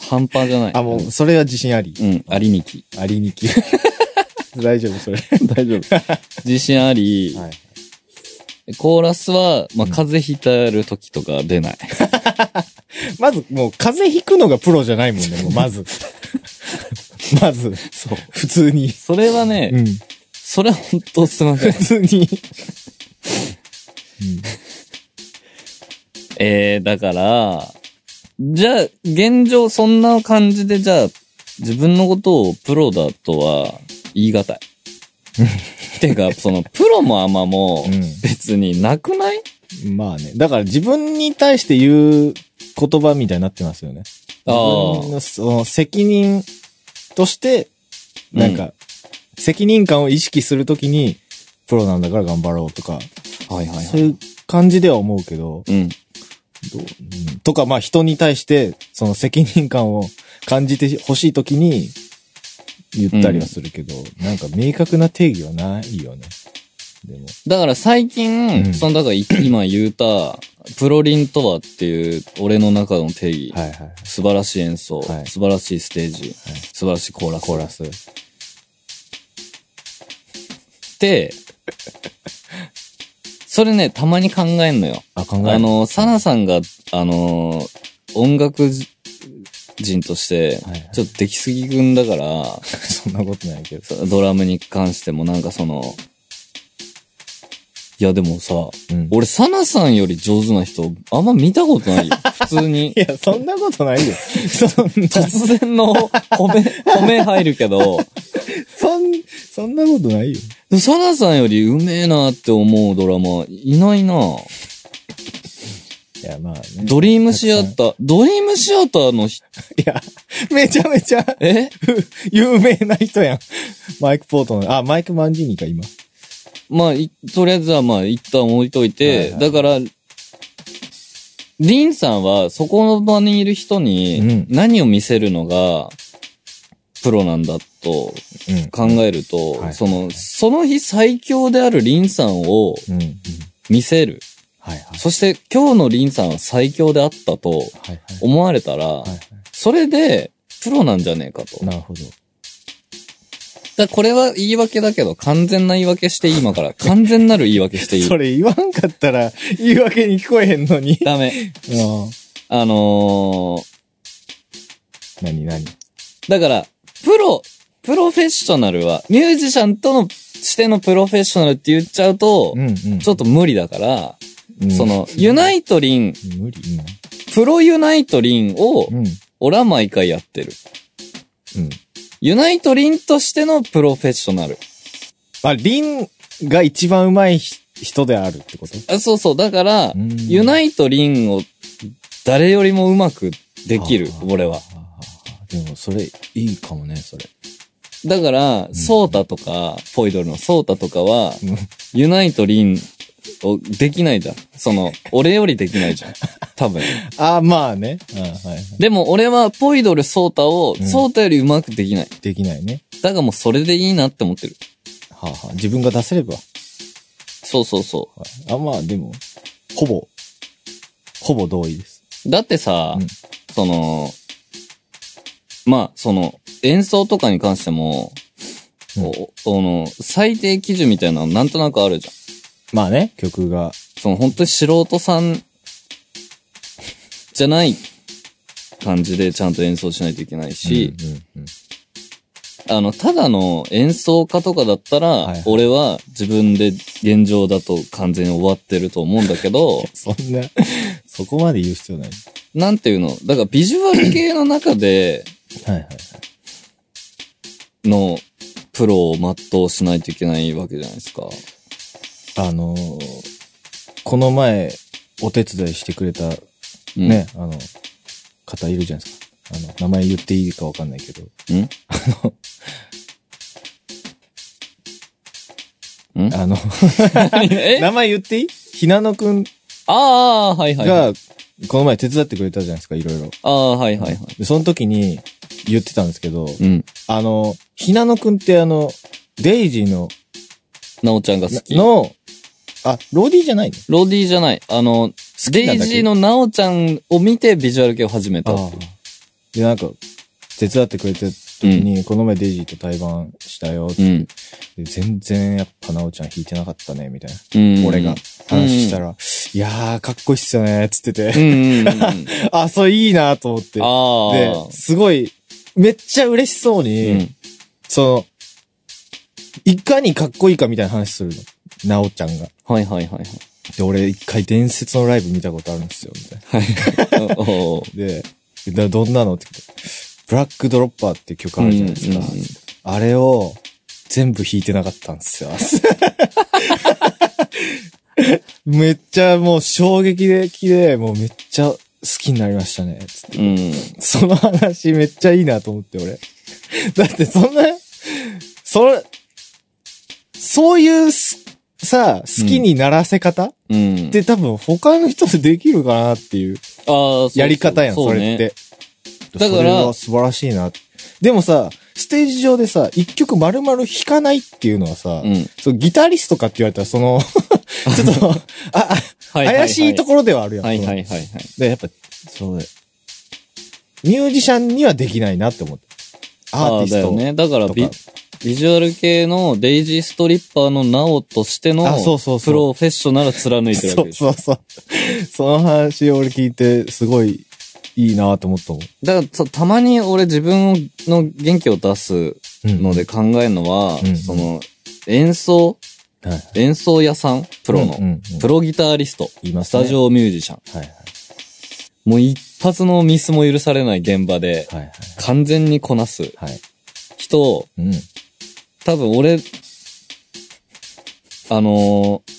[SPEAKER 2] 半端じゃない。
[SPEAKER 3] あ、もう、それは自信あり。
[SPEAKER 2] うん、ありにき。
[SPEAKER 3] ありにき。 大丈夫、それ。大丈夫。
[SPEAKER 2] 自信あり、
[SPEAKER 3] はい。
[SPEAKER 2] コーラスは、まあ、
[SPEAKER 3] うん
[SPEAKER 2] 風邪ひいてる時とか出ない。
[SPEAKER 3] まず、もう、風邪ひくのがプロじゃないもんね、もうまず。 まず、そう。普通に。
[SPEAKER 2] それはね、
[SPEAKER 3] うん。
[SPEAKER 2] それは本当すみません
[SPEAKER 3] 普。通に。
[SPEAKER 2] えー、だから、じゃあ、現状そんな感じで、じゃあ、自分のことをプロだとは言い 難い。てか、その、プロもアマも
[SPEAKER 3] う、ん。
[SPEAKER 2] 別になくない
[SPEAKER 3] うん。まあね。だから、自分に対して言う言葉みたいになってますよね。
[SPEAKER 2] あー
[SPEAKER 3] 自分のその責任として、なんか、責任感を意識するときに、プロなんだから頑張ろうとか、
[SPEAKER 2] はいはい
[SPEAKER 3] そういう感じでは思うけど、
[SPEAKER 2] うん。
[SPEAKER 3] どううんとか、まあ人に対して、その責任感を感じてほしいときに、言ったりはするけど、なんか明確な定義はないよね。でも、
[SPEAKER 2] だから最近、
[SPEAKER 3] うん
[SPEAKER 2] その、だ からい今言うた、プロリンとはっていう、俺の中の定義。
[SPEAKER 3] はいはい。
[SPEAKER 2] 素晴らしい演奏、
[SPEAKER 3] はい
[SPEAKER 2] 素晴らしいステージ、素晴らしいコーラス。
[SPEAKER 3] コーラス。
[SPEAKER 2] で、それね、たまに考えんのよ。
[SPEAKER 3] あ、考える
[SPEAKER 2] あ、の、サナさんが、あの、音楽人として
[SPEAKER 3] はいはい、
[SPEAKER 2] ちょっと出来すぎ君だから、
[SPEAKER 3] そんなことないけど。
[SPEAKER 2] そドラムに関してもなんかその、いやでもさ、
[SPEAKER 3] うん
[SPEAKER 2] 俺、サナさんより上手な人、あんま見たことないよ。普通に
[SPEAKER 3] い。や、そんなことないよ。そんな、
[SPEAKER 2] 突然の褒め、褒め入るけど、
[SPEAKER 3] そん、そんなことないよ。
[SPEAKER 2] サナさんよりうめえなって思うドラマ、いないな。
[SPEAKER 3] いや、まあね。
[SPEAKER 2] ドリームシアター、ドリームシアターのひ、
[SPEAKER 3] いや、めちゃめちゃ、
[SPEAKER 2] え
[SPEAKER 3] 有名な人やん。マイク・ポートの、あ、マイク・マンジーニか、今。
[SPEAKER 2] まあ、いとりあえずはまあ、一旦置いといて、
[SPEAKER 3] はいはい
[SPEAKER 2] だから、リンさんは、そこの場にいる人
[SPEAKER 3] うん
[SPEAKER 2] に、何を見せるのが、プロなんだと
[SPEAKER 3] うん
[SPEAKER 2] 考えると、
[SPEAKER 3] はい
[SPEAKER 2] その、その日最強であるリンさんを
[SPEAKER 3] うん。うん。
[SPEAKER 2] 見せる。
[SPEAKER 3] はいはい。
[SPEAKER 2] そして、今日のリンさんは最強であったと
[SPEAKER 3] はいはい。
[SPEAKER 2] 思われたら、
[SPEAKER 3] はいは
[SPEAKER 2] それで、プロなんじゃねえかと。
[SPEAKER 3] い。なるほど。
[SPEAKER 2] だからこれは言い訳だけど、完全な言い訳していい今から。完全なる言い訳していい
[SPEAKER 3] そ。れ言わんかったら、言い訳に聞こえへんのに。
[SPEAKER 2] ダメ。
[SPEAKER 3] うん。
[SPEAKER 2] あのー、
[SPEAKER 3] 何何
[SPEAKER 2] だから、プロ、プロフェッショナルは、ミュージシャンとのしてのプロフェッショナルって言っちゃうと、
[SPEAKER 3] んうん
[SPEAKER 2] ちょっと無理だから、
[SPEAKER 3] うん
[SPEAKER 2] その、ユナイトリン、
[SPEAKER 3] 無理。
[SPEAKER 2] プロユナイトリンを
[SPEAKER 3] う、ん。うん。
[SPEAKER 2] 俺は毎回やってる。
[SPEAKER 3] うん。
[SPEAKER 2] ユナイトリンとしてのプロフェッショナル。
[SPEAKER 3] あ、リンが一番上手いひ人であるってこと
[SPEAKER 2] あそうそう、だから、ユ
[SPEAKER 3] イ
[SPEAKER 2] ナイトリンを誰よりもうまくできる、俺は。。
[SPEAKER 3] あーでも、それ、いいかもね、それ。
[SPEAKER 2] だから、ソータとか、ポイドルのソータとかは
[SPEAKER 3] うん、
[SPEAKER 2] ユナイトリンをできないじゃん。その、俺よりできない じゃん。多分。
[SPEAKER 3] あーまあね。うん、はいはい。
[SPEAKER 2] でも俺はポイドルソータを、
[SPEAKER 3] うん
[SPEAKER 2] ソータよりうまくできない。
[SPEAKER 3] できないね。
[SPEAKER 2] だからもうそれでいいなって思ってる。
[SPEAKER 3] はあ、はあ、自分が出せれば。
[SPEAKER 2] そうそうそ
[SPEAKER 3] あ、まあでも、ほぼ、ほぼ同意です。
[SPEAKER 2] う。だってさ、
[SPEAKER 3] うん
[SPEAKER 2] その、まあ、その、演奏とかに関しても、
[SPEAKER 3] うん
[SPEAKER 2] おおの、最低基準みたいなのなんとなくあるじゃん。
[SPEAKER 3] まあね、曲が。
[SPEAKER 2] その本当に素人さん じゃない感じでちゃんと演奏しないといけないし、
[SPEAKER 3] うんうんうん
[SPEAKER 2] あの、ただの演奏家とかだったら、
[SPEAKER 3] いはい
[SPEAKER 2] 俺は 自分で現状だと完全に終わってると思うんだけど、
[SPEAKER 3] そんな、そこまで言う必要ない。
[SPEAKER 2] なんていうのだからビジュアル系の中で
[SPEAKER 3] はいはい。
[SPEAKER 2] のプロを全うしないといけないわけじゃないですか。
[SPEAKER 3] あのーこの前、お手伝いしてくれた、
[SPEAKER 2] うん、
[SPEAKER 3] ね、あの、方いるじゃないですか。あの、名前言っていいかわかんないけど。
[SPEAKER 2] んん
[SPEAKER 3] あの、
[SPEAKER 2] え
[SPEAKER 3] 名前言っていいひなのくん
[SPEAKER 2] ああ、はいはい。あ
[SPEAKER 3] が、この前手伝ってくれたじゃないですか、いろいろ。
[SPEAKER 2] あー、はいはいはい。
[SPEAKER 3] で、その時に言ってたんですけど、
[SPEAKER 2] うん。
[SPEAKER 3] あの、ひなのくんってあの、デイジーの、
[SPEAKER 2] なおちゃんが好き。
[SPEAKER 3] の、あ、ロディじゃないの
[SPEAKER 2] ロディじゃない。あの、
[SPEAKER 3] きな
[SPEAKER 2] デ
[SPEAKER 3] だけ
[SPEAKER 2] イジーのなおちゃんを見てビジュアル系を始めたっていう。
[SPEAKER 3] で、なんか、手伝ってくれてる時に、この前デイジーと対バンしたよって、
[SPEAKER 2] うん。
[SPEAKER 3] で全然やっぱなおちゃん弾いてなかったね、みたいな。
[SPEAKER 2] うん。
[SPEAKER 3] 俺が話したら、いやー、かっこいいっすよね、つってて、
[SPEAKER 2] うん。 うん。うんうん。
[SPEAKER 3] あ、それいいなと思って。
[SPEAKER 2] ああ
[SPEAKER 3] で、。すごい、めっちゃ嬉しそうに、
[SPEAKER 2] うん
[SPEAKER 3] その、いかにかっこいいかみたいな話するの。なおちゃんが。
[SPEAKER 2] はいはいはい
[SPEAKER 3] で、俺一回伝説のライブ見たことあるんですよ、みたい
[SPEAKER 2] は
[SPEAKER 3] な。
[SPEAKER 2] い。 おおー
[SPEAKER 3] で、だどんなのって聞いてブラックドロッパーっていう曲あるじゃないですか。
[SPEAKER 2] うんうんうん
[SPEAKER 3] あれを全部弾いてなかったんですよ。 めっちゃもう衝撃的で、もうめっちゃ好きになりましたね。つって
[SPEAKER 2] うん。
[SPEAKER 3] その話めっちゃいいなと思って、俺。だってそんな、それ、そういうすさ、好きにならせ方、
[SPEAKER 2] うん。
[SPEAKER 3] って多分他の人でできるかなってい
[SPEAKER 2] あ
[SPEAKER 3] う。
[SPEAKER 2] あそうそう、
[SPEAKER 3] やり方やん、
[SPEAKER 2] う
[SPEAKER 3] そ
[SPEAKER 2] ね
[SPEAKER 3] れっ。て。
[SPEAKER 2] だから
[SPEAKER 3] それは素晴らしいな。でもさ、ステージ上でさ、一曲丸々弾かないっていうのはさ、
[SPEAKER 2] うん。
[SPEAKER 3] そうギタリストかって言われたら、その、ちょっと、あ、あ
[SPEAKER 2] は
[SPEAKER 3] 怪しいところではあるやん。
[SPEAKER 2] はいはい
[SPEAKER 3] そ
[SPEAKER 2] はい
[SPEAKER 3] の
[SPEAKER 2] はい。
[SPEAKER 3] で、やっぱ、そうだよミュージシャンにはできないなって思って。アーティス
[SPEAKER 2] あだよ
[SPEAKER 3] ト。
[SPEAKER 2] ね。だから
[SPEAKER 3] とか
[SPEAKER 2] ビ、ビジュアル系のデイジーストリッパーのなおとしての、
[SPEAKER 3] あそうそうそう
[SPEAKER 2] プロフェッショナル貫いてるわ
[SPEAKER 3] そ
[SPEAKER 2] け
[SPEAKER 3] う
[SPEAKER 2] でしょ。
[SPEAKER 3] そうそう。その話を俺聞いて、すごいいいなと思ったもん。
[SPEAKER 2] だからそう、たまに俺自分の元気を出す
[SPEAKER 3] うん
[SPEAKER 2] ので考えるのは、
[SPEAKER 3] うん
[SPEAKER 2] その、演奏、
[SPEAKER 3] はい、
[SPEAKER 2] 演奏屋さん、プロの、
[SPEAKER 3] うんうんうん
[SPEAKER 2] プロギタリスト、
[SPEAKER 3] います
[SPEAKER 2] ス
[SPEAKER 3] ね
[SPEAKER 2] タジオミュージシャン。
[SPEAKER 3] はいはい
[SPEAKER 2] もう一発のミスも許されない現場で、
[SPEAKER 3] はいはい
[SPEAKER 2] 完全にこなす
[SPEAKER 3] はい。
[SPEAKER 2] 人を、
[SPEAKER 3] うん。
[SPEAKER 2] 多分俺、あのー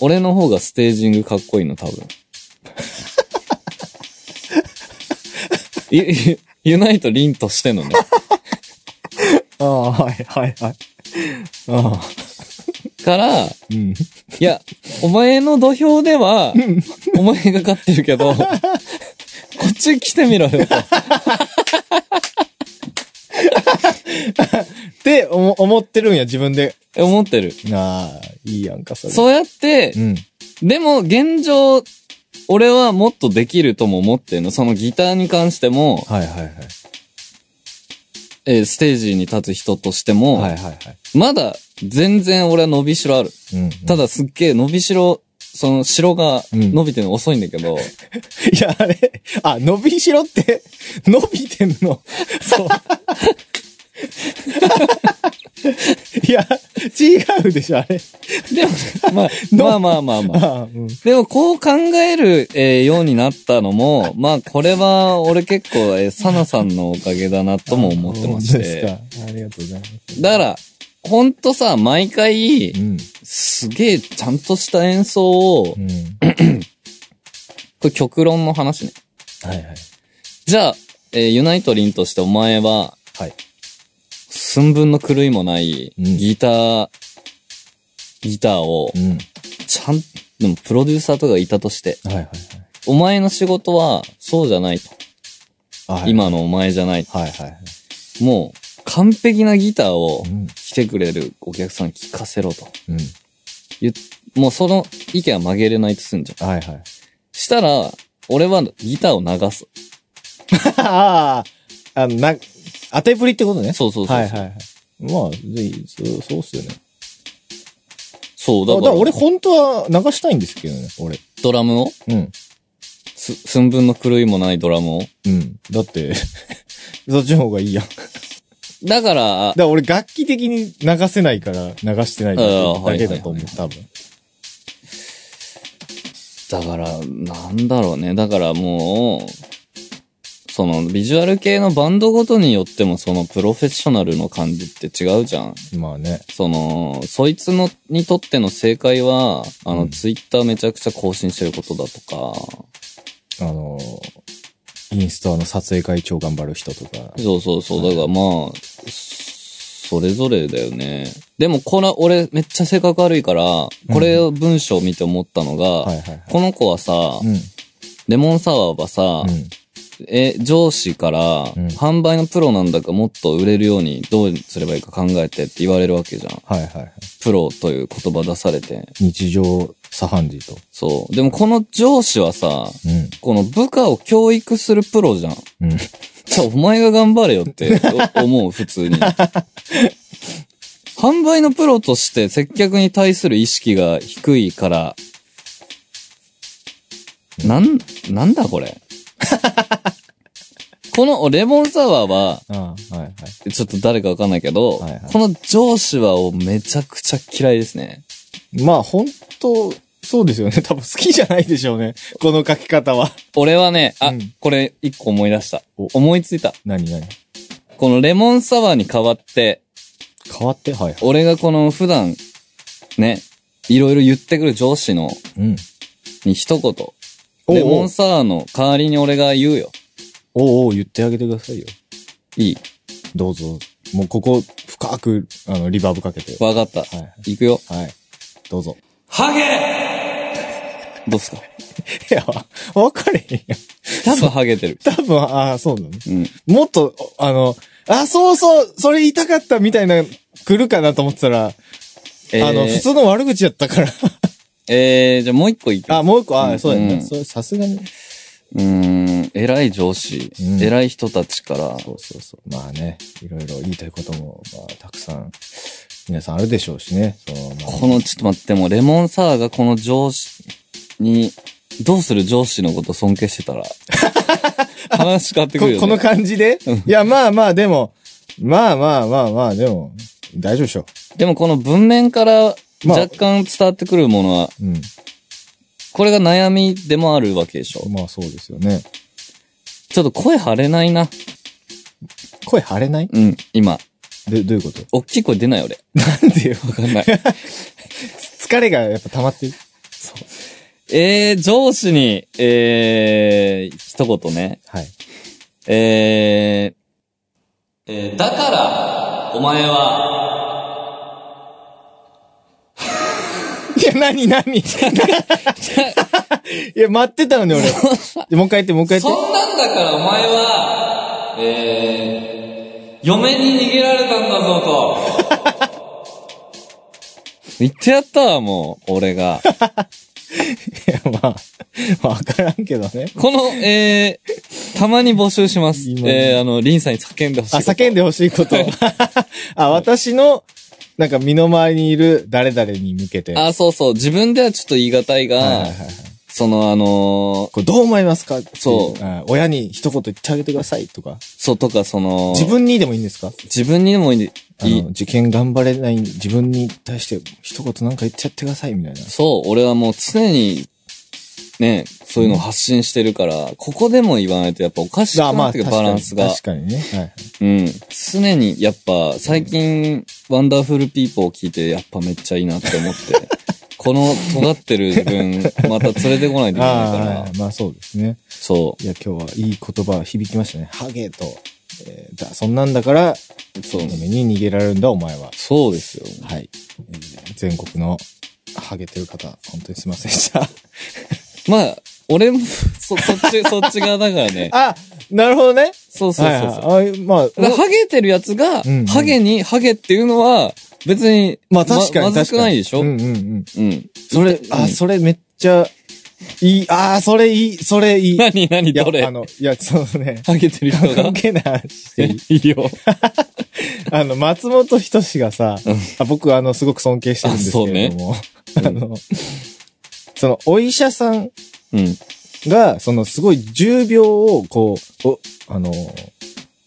[SPEAKER 2] 俺の方がステージングかっこいいの、 多分。ゆゆユナイト・リンとしてのね。
[SPEAKER 3] ああ、はいはいはい。ああ、
[SPEAKER 2] から、い
[SPEAKER 3] うん。
[SPEAKER 2] や、お前の土俵では、お前が勝ってる けど、こっち来てみろよと。
[SPEAKER 3] って思思ってるんや、自分で。
[SPEAKER 2] 思ってる。
[SPEAKER 3] ああ、いいやんか、それ。
[SPEAKER 2] そうやって
[SPEAKER 3] う、ん。
[SPEAKER 2] でも現状、俺はもっとできるとも思ってんの。そのギターに関しても、
[SPEAKER 3] はいはいはい。
[SPEAKER 2] えーステージに立つ人としても、
[SPEAKER 3] はいはいはい。
[SPEAKER 2] まだ全然俺は伸びしろある。
[SPEAKER 3] うん。
[SPEAKER 2] た
[SPEAKER 3] だ、
[SPEAKER 2] だすっげえ伸びしろ、その城が伸びてるの遅いんだけ ど、
[SPEAKER 3] いや、あれ、あ、伸びしろって、 伸びてんの。そう。いや、違うでしょ、あれ。
[SPEAKER 2] でも、まあ、まあまあまあまあ。
[SPEAKER 3] ああ、うん。
[SPEAKER 2] でもこう考える、えーようになったのも、まあこれは俺結構、えーサナさんのおかげだなとも思ってまし
[SPEAKER 3] 本当で
[SPEAKER 2] て。
[SPEAKER 3] すか。ありがとうございます。
[SPEAKER 2] だから、ほんとさ、毎回
[SPEAKER 3] う、ん。
[SPEAKER 2] すげえちゃんとした演奏を
[SPEAKER 3] う、ん。
[SPEAKER 2] これ極論の話ね。
[SPEAKER 3] はいはい。
[SPEAKER 2] じゃあ、えーユナイトリンとしてお前は、
[SPEAKER 3] はい。
[SPEAKER 2] 寸分の狂いもない、
[SPEAKER 3] うん
[SPEAKER 2] ギター、ギターを
[SPEAKER 3] う、ん。
[SPEAKER 2] ちゃん、でもプロデューサーとかがいたとして、
[SPEAKER 3] はいはいはい
[SPEAKER 2] お前の仕事はそうじゃないと。
[SPEAKER 3] あ。はい。
[SPEAKER 2] 今のお前じゃないと。
[SPEAKER 3] はいはいはい。
[SPEAKER 2] もう、完璧なギターを
[SPEAKER 3] うん。
[SPEAKER 2] 来てくれるお客さんに聞かせろと。
[SPEAKER 3] うん。
[SPEAKER 2] 言っもうその意見は曲げれないとすんじゃん。
[SPEAKER 3] はいはい。
[SPEAKER 2] したら、俺はギターを流す。
[SPEAKER 3] ああ、あの、な、当てぶりってことね。
[SPEAKER 2] そうそうそうそう。
[SPEAKER 3] はいはいはい。まあ、でそうそうっすよね。
[SPEAKER 2] そう、
[SPEAKER 3] だ
[SPEAKER 2] だ
[SPEAKER 3] か
[SPEAKER 2] からら、
[SPEAKER 3] 俺本当は流したいんですけどね、俺。
[SPEAKER 2] ドラムを
[SPEAKER 3] うん。
[SPEAKER 2] す寸分の狂いもないドラムを。
[SPEAKER 3] うん。だって、 そっちの方がいいやん。だか
[SPEAKER 2] だから、
[SPEAKER 3] ら俺楽器的に流せないから流してないだ
[SPEAKER 2] ああ
[SPEAKER 3] けだと
[SPEAKER 2] はいは
[SPEAKER 3] 思う、
[SPEAKER 2] い
[SPEAKER 3] 多分。
[SPEAKER 2] だから、なんだろうね。だからもう、そのビジュアル系のバンドごとによってもそのプロフェッショナルの感じって違うじゃん。
[SPEAKER 3] まあね。
[SPEAKER 2] その、そいつの、にとっての正解は、あの、
[SPEAKER 3] うん
[SPEAKER 2] ツイッターめちゃくちゃ更新してることだとか、
[SPEAKER 3] あのーインスタの撮影会長頑張る人とか。
[SPEAKER 2] そうそうそう、だからまあ、それぞれだよね。でも、これ、俺めっちゃ性格悪いから、これを文章を見て思ったのが、
[SPEAKER 3] はいはいはい。
[SPEAKER 2] この子はさ、
[SPEAKER 3] うん。
[SPEAKER 2] レモンサワーはさ、
[SPEAKER 3] うん。
[SPEAKER 2] え、上司から、
[SPEAKER 3] ん
[SPEAKER 2] 販売のプロなんだからもっと売れるようにどうすればいいか考えてって言われるわけじゃん。
[SPEAKER 3] はいはいはい。
[SPEAKER 2] プロという言葉出されて。
[SPEAKER 3] 日常茶飯事と。
[SPEAKER 2] そう。でもこの上司はさ、
[SPEAKER 3] う
[SPEAKER 2] この部下を教育するプロじゃん。
[SPEAKER 3] ん。うん。
[SPEAKER 2] じゃあお前が頑張れよっ てお思う、普通に。販売のプロとして接客に対する意識が低いから、なん、なんだこ れ。このレモンサワーは、
[SPEAKER 3] ああ、はいはい。
[SPEAKER 2] ちょっと誰かわかんないけど、
[SPEAKER 3] はいはい
[SPEAKER 2] この上司はをめちゃくちゃ嫌いですね。
[SPEAKER 3] まあ本当、そうですよね。 多分好きじゃないでしょうね。この書き方は。
[SPEAKER 2] 俺はね、あ、
[SPEAKER 3] うん
[SPEAKER 2] これ一個思い出した。
[SPEAKER 3] お
[SPEAKER 2] 思いついた。
[SPEAKER 3] 何何
[SPEAKER 2] このレモンサワーに代わって、
[SPEAKER 3] 変わってはいは
[SPEAKER 2] 俺がこの普段、ね、いろいろ言ってくる上司の、
[SPEAKER 3] い。うん。
[SPEAKER 2] に一言。
[SPEAKER 3] おうおう
[SPEAKER 2] レモンサワーの代わりに俺が言うよ。
[SPEAKER 3] おうおう言ってあげてくださいよ。
[SPEAKER 2] いい。
[SPEAKER 3] どうぞ。もうここ、深く、あの、リバーブかけて。
[SPEAKER 2] わかった。
[SPEAKER 3] はいは
[SPEAKER 2] 行くよ。
[SPEAKER 3] はい。どうぞ。
[SPEAKER 1] ハゲ
[SPEAKER 2] どうっすか
[SPEAKER 3] いや、わかれへんやん。
[SPEAKER 2] 多分ハゲてる。
[SPEAKER 3] 多分、ああ、そうなの、
[SPEAKER 2] うん。
[SPEAKER 3] もっと、あの、あ、そうそう、それ言いたかったみたいな、来るかなと思ってたら、
[SPEAKER 2] えー、
[SPEAKER 3] あの、普通の悪口やったから。
[SPEAKER 2] えー、じゃあもう一個いく。
[SPEAKER 3] あ、もう一個、あ、そうやね。
[SPEAKER 2] うん
[SPEAKER 3] それさすがに。
[SPEAKER 2] うーん、偉い上司、
[SPEAKER 3] うん
[SPEAKER 2] 偉い人たちから、
[SPEAKER 3] そうそうそう。まあね、いろいろ言いたいことも、まあ、たくさん、皆さんあるでしょうしね。その、まあ
[SPEAKER 2] この、ちょっと待って、もうレモンサワーがこの上司に、どうする上司のこと尊敬して たら。話変わってくるよ、
[SPEAKER 3] こ
[SPEAKER 2] ね。
[SPEAKER 3] この感じでいや、まあまあ、でも、まあまあまあまあ、でも、大丈夫でしょ
[SPEAKER 2] でもこの文面から
[SPEAKER 3] まあ
[SPEAKER 2] 若干伝わってくるものは、
[SPEAKER 3] う。うん。
[SPEAKER 2] これが悩みでもあるわけでしょ。
[SPEAKER 3] まあそうですよね。
[SPEAKER 2] ちょっと声張れないな。
[SPEAKER 3] 声張れない
[SPEAKER 2] うん、今。
[SPEAKER 3] どどういう こと
[SPEAKER 2] おっきい声出ない俺。
[SPEAKER 3] なんでよ。
[SPEAKER 2] わかん ない。
[SPEAKER 3] 疲れがやっぱ溜まってる。
[SPEAKER 2] えー、上司に、えー、一言ね。
[SPEAKER 3] はい。
[SPEAKER 2] えー、えーだから、お前は、
[SPEAKER 3] いや、なになに いや、待ってたのね、俺。でもう一回言って、もう一回言っ
[SPEAKER 2] そんなんだからお前は、えー、嫁に逃げられたんだぞ と。言ってやったわ、もう、俺が。
[SPEAKER 3] て。いや、まあ、わからんけどね。
[SPEAKER 2] この、えー、たまに募集します。
[SPEAKER 3] 今ね
[SPEAKER 2] えー、あの、リンさんに叫んでほしい
[SPEAKER 3] あ、
[SPEAKER 2] こと。
[SPEAKER 3] 叫んでほしい こと。あ、私の、なんか身の回りにいる誰々に向けて。はい
[SPEAKER 2] あ、そうそう。自分ではちょっと言い難いが、
[SPEAKER 3] はいはいはい。
[SPEAKER 2] その、あのー
[SPEAKER 3] これどう思いますかってい
[SPEAKER 2] そう
[SPEAKER 3] あ親に一言言ってあげてくださいとか。
[SPEAKER 2] そうとか、その、
[SPEAKER 3] 自分にでもいいんですか
[SPEAKER 2] 自分にもいい
[SPEAKER 3] あの、受験頑張れない自分に対して一言なんか言っちゃってくださいみたいな。
[SPEAKER 2] そう、俺はもう常に、ね、そういうのを発信してるから、ここでも言わないとやっぱおかしく
[SPEAKER 3] あま
[SPEAKER 2] なっ
[SPEAKER 3] あ、
[SPEAKER 2] てくる、
[SPEAKER 3] 確か
[SPEAKER 2] バラ
[SPEAKER 3] に
[SPEAKER 2] ンスが。
[SPEAKER 3] 確かにね。はいはい。
[SPEAKER 2] うん。常に、やっぱ、最近、ワンダフルピーポーを聞いて、やっぱめっちゃいいなって思 って。この尖ってる自分、また連れてこないといけないか
[SPEAKER 3] あ
[SPEAKER 2] ら
[SPEAKER 3] あ、。まあそうですね。
[SPEAKER 2] そ
[SPEAKER 3] いや、今日はいい言葉響きましたね。ハゲと、えーだ、そんなんだから、
[SPEAKER 2] う。そう。
[SPEAKER 3] 嫁に逃げられるんだ、お前は。
[SPEAKER 2] そうですよ。
[SPEAKER 3] はい。えー全国のハゲてる方、本当にすいませんでした。。
[SPEAKER 2] まあ、俺も、 そ、そっち、そっち側だからね
[SPEAKER 3] あ、なるほどね。
[SPEAKER 2] そうそうそうそう。
[SPEAKER 3] はいはいあまあ、
[SPEAKER 2] だからハゲてるやつが、
[SPEAKER 3] うんうん
[SPEAKER 2] ハゲに、ハゲっていうのは、別に、
[SPEAKER 3] まあ確かに確かに。
[SPEAKER 2] まずくないでしょ、う、
[SPEAKER 3] うんんうんうん。
[SPEAKER 2] そ
[SPEAKER 3] それ、あ、それめっちゃ、いい、あーそれいい、それいい。
[SPEAKER 2] 何、何、
[SPEAKER 3] いや
[SPEAKER 2] どれ
[SPEAKER 3] あの、いや、そのね、
[SPEAKER 2] ハゲてる人が
[SPEAKER 3] 関。係ない話して いい
[SPEAKER 2] いいよ。
[SPEAKER 3] あの、松本人志がさ
[SPEAKER 2] うん、
[SPEAKER 3] あ僕、あの、すごく尊敬してるんですけれども、あの、その、お医者さん
[SPEAKER 2] うん。
[SPEAKER 3] が、その、すごい10秒を、こう、おあの、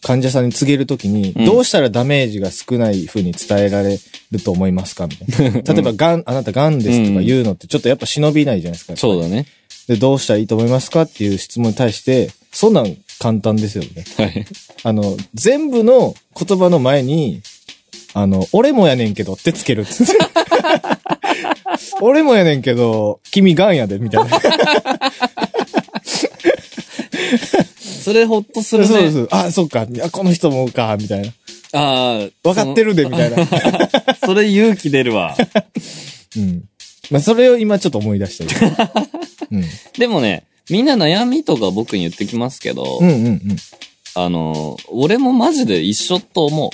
[SPEAKER 3] 患者さんに告げるときに、
[SPEAKER 2] うん
[SPEAKER 3] どうしたらダメージが少ない風に伝えられると 思いますかみたいな。例えば、がん、あなたがんですとか言うのって、ちょっとやっぱ忍びないじゃないですか。
[SPEAKER 2] そうだね。
[SPEAKER 3] で、どうしたらいいと思いますかっていう質問に対して、そんなん簡単ですよね。
[SPEAKER 2] はい。
[SPEAKER 3] あの、全部の言葉の前に、あの、俺もやねんけどってつ けるっつって。俺もやねんけど、君ガンやで、みたいな。
[SPEAKER 2] それほっとす
[SPEAKER 3] そう
[SPEAKER 2] るね。
[SPEAKER 3] そうそう。あ、そっか。あこの人もか、みたいな。
[SPEAKER 2] ああ。
[SPEAKER 3] 分かってるで、みたい
[SPEAKER 2] そ
[SPEAKER 3] な。
[SPEAKER 2] の。それ勇気出るわ。
[SPEAKER 3] うん。まあ、それを今ちょっと思い出した。 うん。
[SPEAKER 2] でもね、みんな悩みとか僕に言ってきますけど、
[SPEAKER 3] うんうんうん。
[SPEAKER 2] あの、俺もマジで一緒と思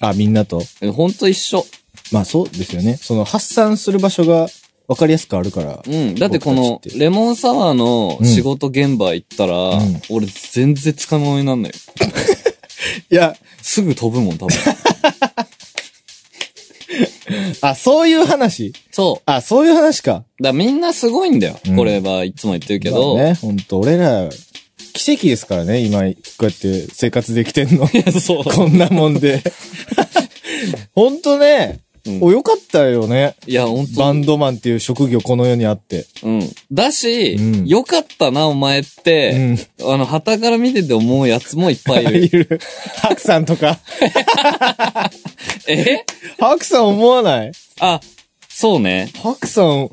[SPEAKER 3] あ、みんなと。
[SPEAKER 2] う。えほんと一緒。
[SPEAKER 3] まあ、そうですよね。その、発散する場所が分かりやすくあるから。
[SPEAKER 2] うん。だってこの
[SPEAKER 3] 僕たちっ、て
[SPEAKER 2] レモンサワーの仕事現場行ったら、
[SPEAKER 3] ん
[SPEAKER 2] 俺全然つかまえなんないよ。
[SPEAKER 3] いや、
[SPEAKER 2] すぐ飛ぶもん、多分。
[SPEAKER 3] あ、そういう話。
[SPEAKER 2] そ
[SPEAKER 3] あ、そういう話か。
[SPEAKER 2] う。だからみんなすごいんだよ。
[SPEAKER 3] うん
[SPEAKER 2] これはいつも言ってるけど。
[SPEAKER 3] まあね、ほんと、俺ら、奇跡ですからね、今、こうやって生活できてんの。
[SPEAKER 2] いやそう。
[SPEAKER 3] こんなもん で。ほんとね、
[SPEAKER 2] うん
[SPEAKER 3] お、よかったよね。
[SPEAKER 2] いや、ほんと
[SPEAKER 3] バンドマンっていう職業この世にあって。
[SPEAKER 2] うん。だし、
[SPEAKER 3] うん
[SPEAKER 2] よかったな、お前っ
[SPEAKER 3] う
[SPEAKER 2] て、
[SPEAKER 3] ん。
[SPEAKER 2] あの、旗から見てて思うやつもいっぱい いる。
[SPEAKER 3] い る。白さんとか。
[SPEAKER 2] え
[SPEAKER 3] 白さん思わない
[SPEAKER 2] あ、そうね。
[SPEAKER 3] 白さん、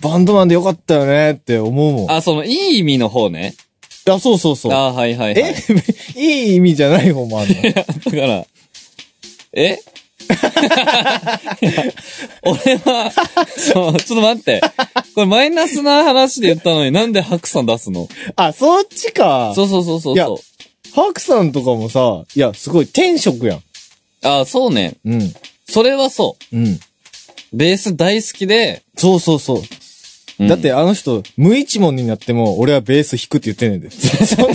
[SPEAKER 3] バンドマンでよかったよねって思うもん。あ、
[SPEAKER 2] あ、その、いい意味の方ね。
[SPEAKER 3] そうそうそう。
[SPEAKER 2] あはいはいはい。
[SPEAKER 3] え いい意味じゃない 方もあるの。
[SPEAKER 2] だから、え いや俺は、そう、ちょっと待って。これマイナスな話で言ったのになんで白さん出すの
[SPEAKER 3] あ、そっちか。
[SPEAKER 2] そうそうそうそう
[SPEAKER 3] いや
[SPEAKER 2] そう。
[SPEAKER 3] 白さんとかもさ、いや、すごい天職やん。
[SPEAKER 2] あ、そうね。
[SPEAKER 3] うん。
[SPEAKER 2] それはそ
[SPEAKER 3] うん。
[SPEAKER 2] う。ベース大好きで、
[SPEAKER 3] そうそうそう。
[SPEAKER 2] うん
[SPEAKER 3] だってあの人、無一文になっても、俺はベース弾くって言ってんねんで。そんな、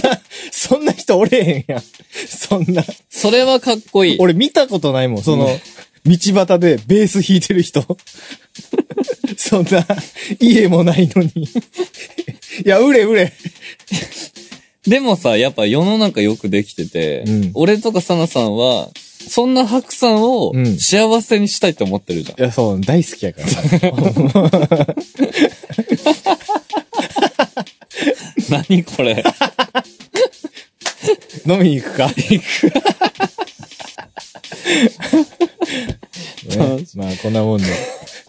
[SPEAKER 3] そんな人おれへんやん。そんな、
[SPEAKER 2] それはかっこいい。
[SPEAKER 3] 俺見たことないもん、その、道端でベース弾いてる人。 そんな、家もないのに。いや、売れ売れ。
[SPEAKER 2] でもさ、やっぱ世の中よくできてて、
[SPEAKER 3] うん
[SPEAKER 2] 俺とかサナさんは、そんな白さんを
[SPEAKER 3] うん
[SPEAKER 2] 幸せにしたいと思ってるじゃん。
[SPEAKER 3] いや、そう、大好きやから。
[SPEAKER 2] 何これ。
[SPEAKER 3] 飲みに行くか。 ねまあ、こんなもんで。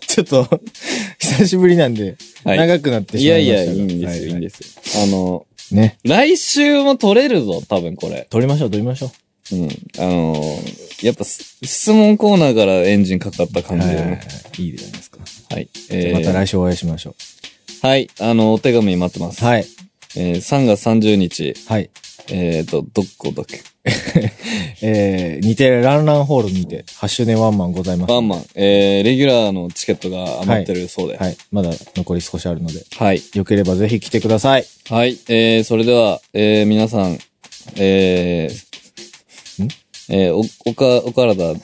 [SPEAKER 3] ちょっと、久しぶりなんで、
[SPEAKER 2] はい
[SPEAKER 3] 長くなって
[SPEAKER 2] い
[SPEAKER 3] しま
[SPEAKER 2] や
[SPEAKER 3] い
[SPEAKER 2] い
[SPEAKER 3] まし
[SPEAKER 2] や、
[SPEAKER 3] た
[SPEAKER 2] い
[SPEAKER 3] が
[SPEAKER 2] いんですよ、、
[SPEAKER 3] はいはい
[SPEAKER 2] んですよ。あの、
[SPEAKER 3] ね。
[SPEAKER 2] 来週も撮れるぞ、多分これ。
[SPEAKER 3] 撮りましょう、撮りましょう。
[SPEAKER 2] うん。あのーやっぱす、質問コーナーからエンジンかかった感じ
[SPEAKER 3] は
[SPEAKER 2] で
[SPEAKER 3] いはいは
[SPEAKER 2] ね。
[SPEAKER 3] い。いいじゃないですか。
[SPEAKER 2] はい。
[SPEAKER 3] また来週お会いしましょ
[SPEAKER 2] 週。はい。あの、お手紙待ってます。
[SPEAKER 3] う。はい。
[SPEAKER 2] えー3月30日、
[SPEAKER 3] はい。
[SPEAKER 2] えっ、と、どこだっけ
[SPEAKER 3] えー、似てランランホールにて、ハッシュネワンマンございます。
[SPEAKER 2] バンマン、えーレギュラーのチケットが余ってるそうで。はい。
[SPEAKER 3] はい。まだ残り少しあるので、
[SPEAKER 2] はい。
[SPEAKER 3] よければぜひ来てください。
[SPEAKER 2] えーそれでは、えー皆さん、えー
[SPEAKER 3] ん
[SPEAKER 2] えーお、おか、お体、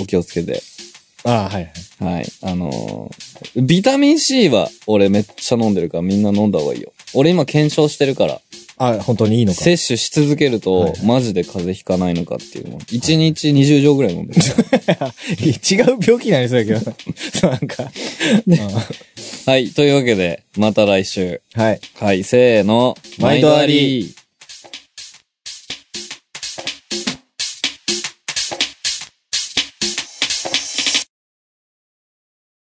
[SPEAKER 2] お気をつけて。
[SPEAKER 3] ああ、はいは
[SPEAKER 2] は
[SPEAKER 3] い。
[SPEAKER 2] い。あのービタミン C は俺めっちゃ飲んでるからみんな飲んだ方がいいよ。俺今検証してるから、
[SPEAKER 3] あ、本当にいいのか。
[SPEAKER 2] 摂取し続ける
[SPEAKER 3] は
[SPEAKER 2] と
[SPEAKER 3] い
[SPEAKER 2] マジで風邪ひかないのかっていうの。1日20錠ぐらい飲 んでる。
[SPEAKER 3] 違う病気になりそうやけどな。 そうなんか。
[SPEAKER 2] はい。というわけで、また来週。
[SPEAKER 3] はい。
[SPEAKER 2] はい。せーの。
[SPEAKER 3] 毎度あり。